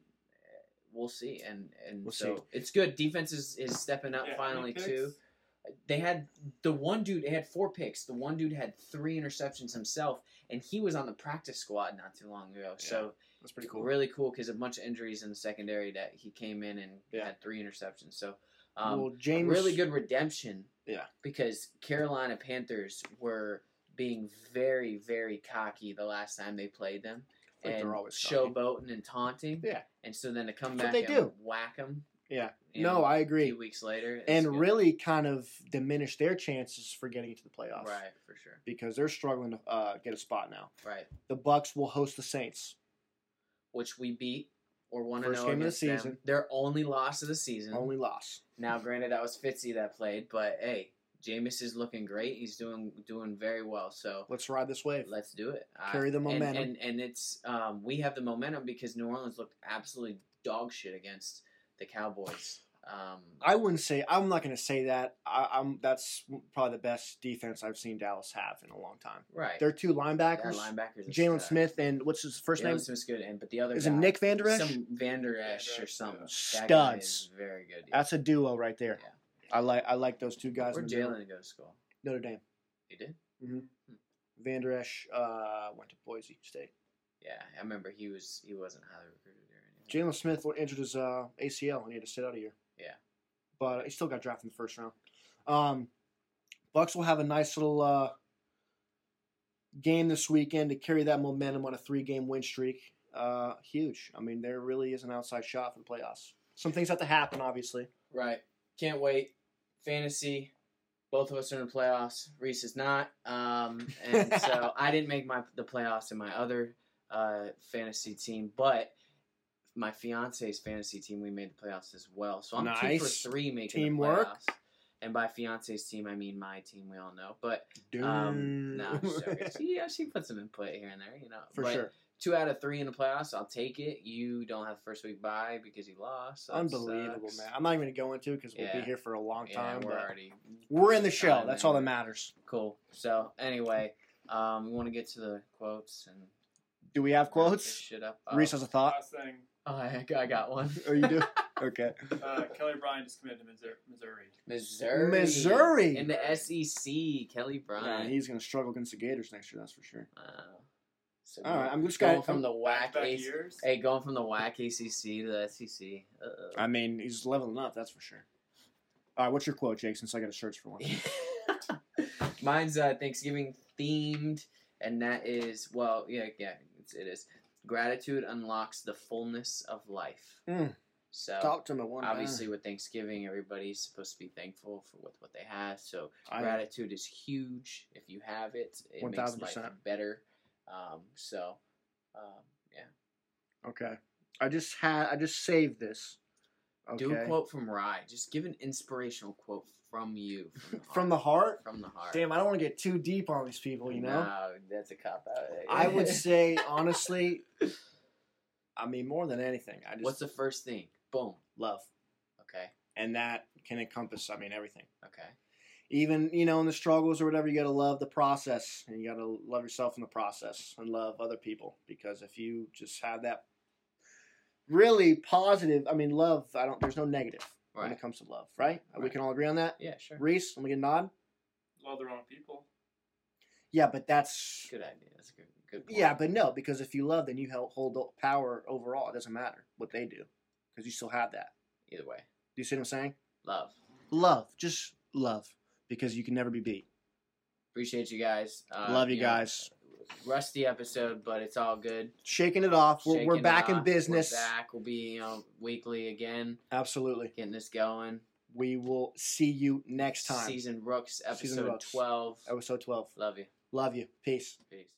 Speaker 1: We'll see, and and
Speaker 2: We'll
Speaker 1: so
Speaker 2: see.
Speaker 1: it's good. Defense is, is stepping up
Speaker 3: Yeah,
Speaker 1: finally
Speaker 3: any
Speaker 1: too
Speaker 3: picks?
Speaker 1: they had the one dude they had four picks the one dude had three interceptions himself and he was on the practice squad not too long ago so
Speaker 2: That's pretty cool.
Speaker 1: really cool because a bunch of injuries in the secondary that he came in and
Speaker 2: Yeah.
Speaker 1: had three interceptions so um,
Speaker 2: well, James,
Speaker 1: really good redemption
Speaker 2: Yeah.
Speaker 1: because carolina panthers were being very very cocky the last time they played them
Speaker 2: Like they're
Speaker 1: and
Speaker 2: always cocky.
Speaker 1: showboating and taunting
Speaker 2: Yeah.
Speaker 1: and so then to come
Speaker 2: That's what
Speaker 1: back
Speaker 2: they
Speaker 1: and
Speaker 2: do.
Speaker 1: whack them
Speaker 2: Yeah. No, I
Speaker 1: a
Speaker 2: agree.
Speaker 1: few weeks later it's
Speaker 2: And
Speaker 1: good.
Speaker 2: really kind of diminish their chances for getting into the playoffs
Speaker 1: right for sure
Speaker 2: because they're struggling to uh, get a spot now.
Speaker 1: right
Speaker 2: The Bucks will host the Saints.
Speaker 1: which we beat or one
Speaker 2: First
Speaker 1: game
Speaker 2: game of the
Speaker 1: against them.
Speaker 2: season.
Speaker 1: Their only loss of the season.
Speaker 2: Only loss.
Speaker 1: Now, granted, that was Fitzy that played, but hey, Jameis is looking great. He's doing doing very well. So
Speaker 2: Let's ride this wave.
Speaker 1: let's do it. I-
Speaker 2: Carry the
Speaker 1: and-
Speaker 2: momentum.
Speaker 1: and, and it's um, we have the momentum because New Orleans looked absolutely dog shit against the Cowboys. Um,
Speaker 2: I wouldn't say I'm not going to say that. I, I'm that's probably the best defense I've seen Dallas have in a long time.
Speaker 1: right,
Speaker 2: Their two
Speaker 1: That
Speaker 2: linebackers,
Speaker 1: linebackers, is, uh,
Speaker 2: Jalen Smith and what's his first
Speaker 1: Jalen
Speaker 2: name?
Speaker 1: Smith's good, and but the other
Speaker 2: Is it
Speaker 1: guy,
Speaker 2: Nick Van Der Esch?
Speaker 1: some Vander Esch or something. That guy is
Speaker 2: Studs.
Speaker 1: very good. yeah.
Speaker 2: That's a duo right there.
Speaker 1: Yeah.
Speaker 2: I like I like those two guys.
Speaker 1: Where'd
Speaker 2: in the middle.
Speaker 1: Jalen go to school?
Speaker 2: Notre Dame.
Speaker 1: He did.
Speaker 2: Vander Esch uh, went to Boise State.
Speaker 1: Yeah, I remember he was he wasn't highly recruited or anything.
Speaker 2: Jalen Smith injured his uh, ACL and he had to sit out a year.
Speaker 1: Yeah.
Speaker 2: but he still got drafted in the first round. Um, Bucks will have a nice little uh, game this weekend to carry that momentum on a three-game win streak. Uh, huge. I mean, there really is an outside shot for the playoffs. Some things have to happen, obviously.
Speaker 1: Right. Can't wait. Fantasy. Both of us are in the playoffs. Reese is not. Um, and (laughs) so I didn't make my the playoffs in my other uh, fantasy team, but my fiance's fantasy team we made the playoffs as well. So I'm two
Speaker 2: Nice.
Speaker 1: for three making
Speaker 2: Teamwork.
Speaker 1: the playoffs. And by fiance's team, I mean my team. We all know, but
Speaker 2: Dude.
Speaker 1: um, no, I'm just joking. she, yeah, she put some input here and there, you know.
Speaker 2: Mm. (laughs) for
Speaker 1: But
Speaker 2: sure.
Speaker 1: two out of three in the playoffs. I'll take it. You don't have the first week bye because you lost. so that
Speaker 2: Unbelievable,
Speaker 1: sucks.
Speaker 2: man. I'm not even going to go into it because we'll
Speaker 1: Yeah.
Speaker 2: be here for a long
Speaker 1: Yeah,
Speaker 2: time.
Speaker 1: we're
Speaker 2: but
Speaker 1: already
Speaker 2: we're in the show.
Speaker 1: Time,
Speaker 2: That's
Speaker 1: man.
Speaker 2: all that matters.
Speaker 1: cool. So anyway, um, we want to get to the quotes and
Speaker 2: Do we
Speaker 1: wrap
Speaker 2: have
Speaker 1: this
Speaker 2: quotes?
Speaker 1: Shit up.
Speaker 2: Reese has a thought.
Speaker 3: Last thing,
Speaker 1: Oh, (laughs) I, I got one.
Speaker 2: Oh,
Speaker 1: (laughs)
Speaker 2: you do? okay.
Speaker 3: uh, Kelly Bryant just committed to Missouri. Missouri.
Speaker 1: Missouri.
Speaker 2: Missouri.
Speaker 1: in the SEC. Kelly
Speaker 2: Yeah,
Speaker 1: Bryant.
Speaker 2: he's going to struggle against the Gators next year, that's for sure.
Speaker 1: Wow. So
Speaker 2: All right, I'm just
Speaker 1: going
Speaker 2: gonna-
Speaker 1: from the whack.
Speaker 3: Back
Speaker 1: AC
Speaker 3: years.
Speaker 1: Hey, going from the whack ACC to the SEC. Uh-oh.
Speaker 2: I mean, he's leveling up, that's for sure. All right, what's your quote, Jake? Since I got to search for one.
Speaker 1: (laughs) Mine's uh, Thanksgiving themed, and that is well, yeah, yeah, it's, it is. Gratitude unlocks the fullness of life.
Speaker 2: Mm.
Speaker 1: So
Speaker 2: Talk to him at one time.
Speaker 1: obviously, with Thanksgiving, everybody's supposed to be thankful for with what they have. So
Speaker 2: (laughs) I-
Speaker 1: gratitude is huge. If you have it, it makes life
Speaker 2: 1000%.
Speaker 1: better. Um, so um, yeah,
Speaker 2: okay. I just had. I just saved this. Okay.
Speaker 1: do a quote from Rye. Just give an inspirational quote from you
Speaker 2: From the heart.
Speaker 1: From the heart.
Speaker 2: Damn, I don't want to get too deep on these people. You know.
Speaker 1: No, that's a cop out. (laughs)
Speaker 2: I would say honestly. I mean, more than anything, I just
Speaker 1: What's the first thing? Boom.
Speaker 2: love,
Speaker 1: Okay.
Speaker 2: and that can encompass. I mean, everything.
Speaker 1: Okay.
Speaker 2: even you know in the struggles or whatever you got to love the process and you got to love yourself in the process and love other people because if you just have that really positive i mean love i don't there's no negative when
Speaker 1: Right.
Speaker 2: it comes to love right, we
Speaker 1: Right.
Speaker 2: can all agree on that
Speaker 1: Yeah, sure.
Speaker 2: reese let me get a nod
Speaker 3: Love the wrong people.
Speaker 2: yeah but that's
Speaker 1: Good idea. That's a good good. Point.
Speaker 2: yeah but no because if you love then you hel- hold the power overall it doesn't matter what they do because you still have that
Speaker 1: either way,
Speaker 2: do you see what i'm saying
Speaker 1: love.
Speaker 2: love just love because you can never be beat
Speaker 1: Appreciate you guys. Uh,
Speaker 2: love you,
Speaker 1: know,
Speaker 2: guys
Speaker 1: rusty episode, but it's all good.
Speaker 2: shaking it off we're,
Speaker 1: Shaking
Speaker 2: we're
Speaker 1: it
Speaker 2: back in
Speaker 1: off.
Speaker 2: business
Speaker 1: We're back. We'll be you know weekly again,
Speaker 2: absolutely
Speaker 1: getting this going.
Speaker 2: we will see you next time.
Speaker 1: Season Rooks
Speaker 2: Season
Speaker 1: episode
Speaker 2: Rooks.
Speaker 1: twelve.
Speaker 2: Episode 12.
Speaker 1: Love you.
Speaker 2: Love you. Peace.
Speaker 1: Peace.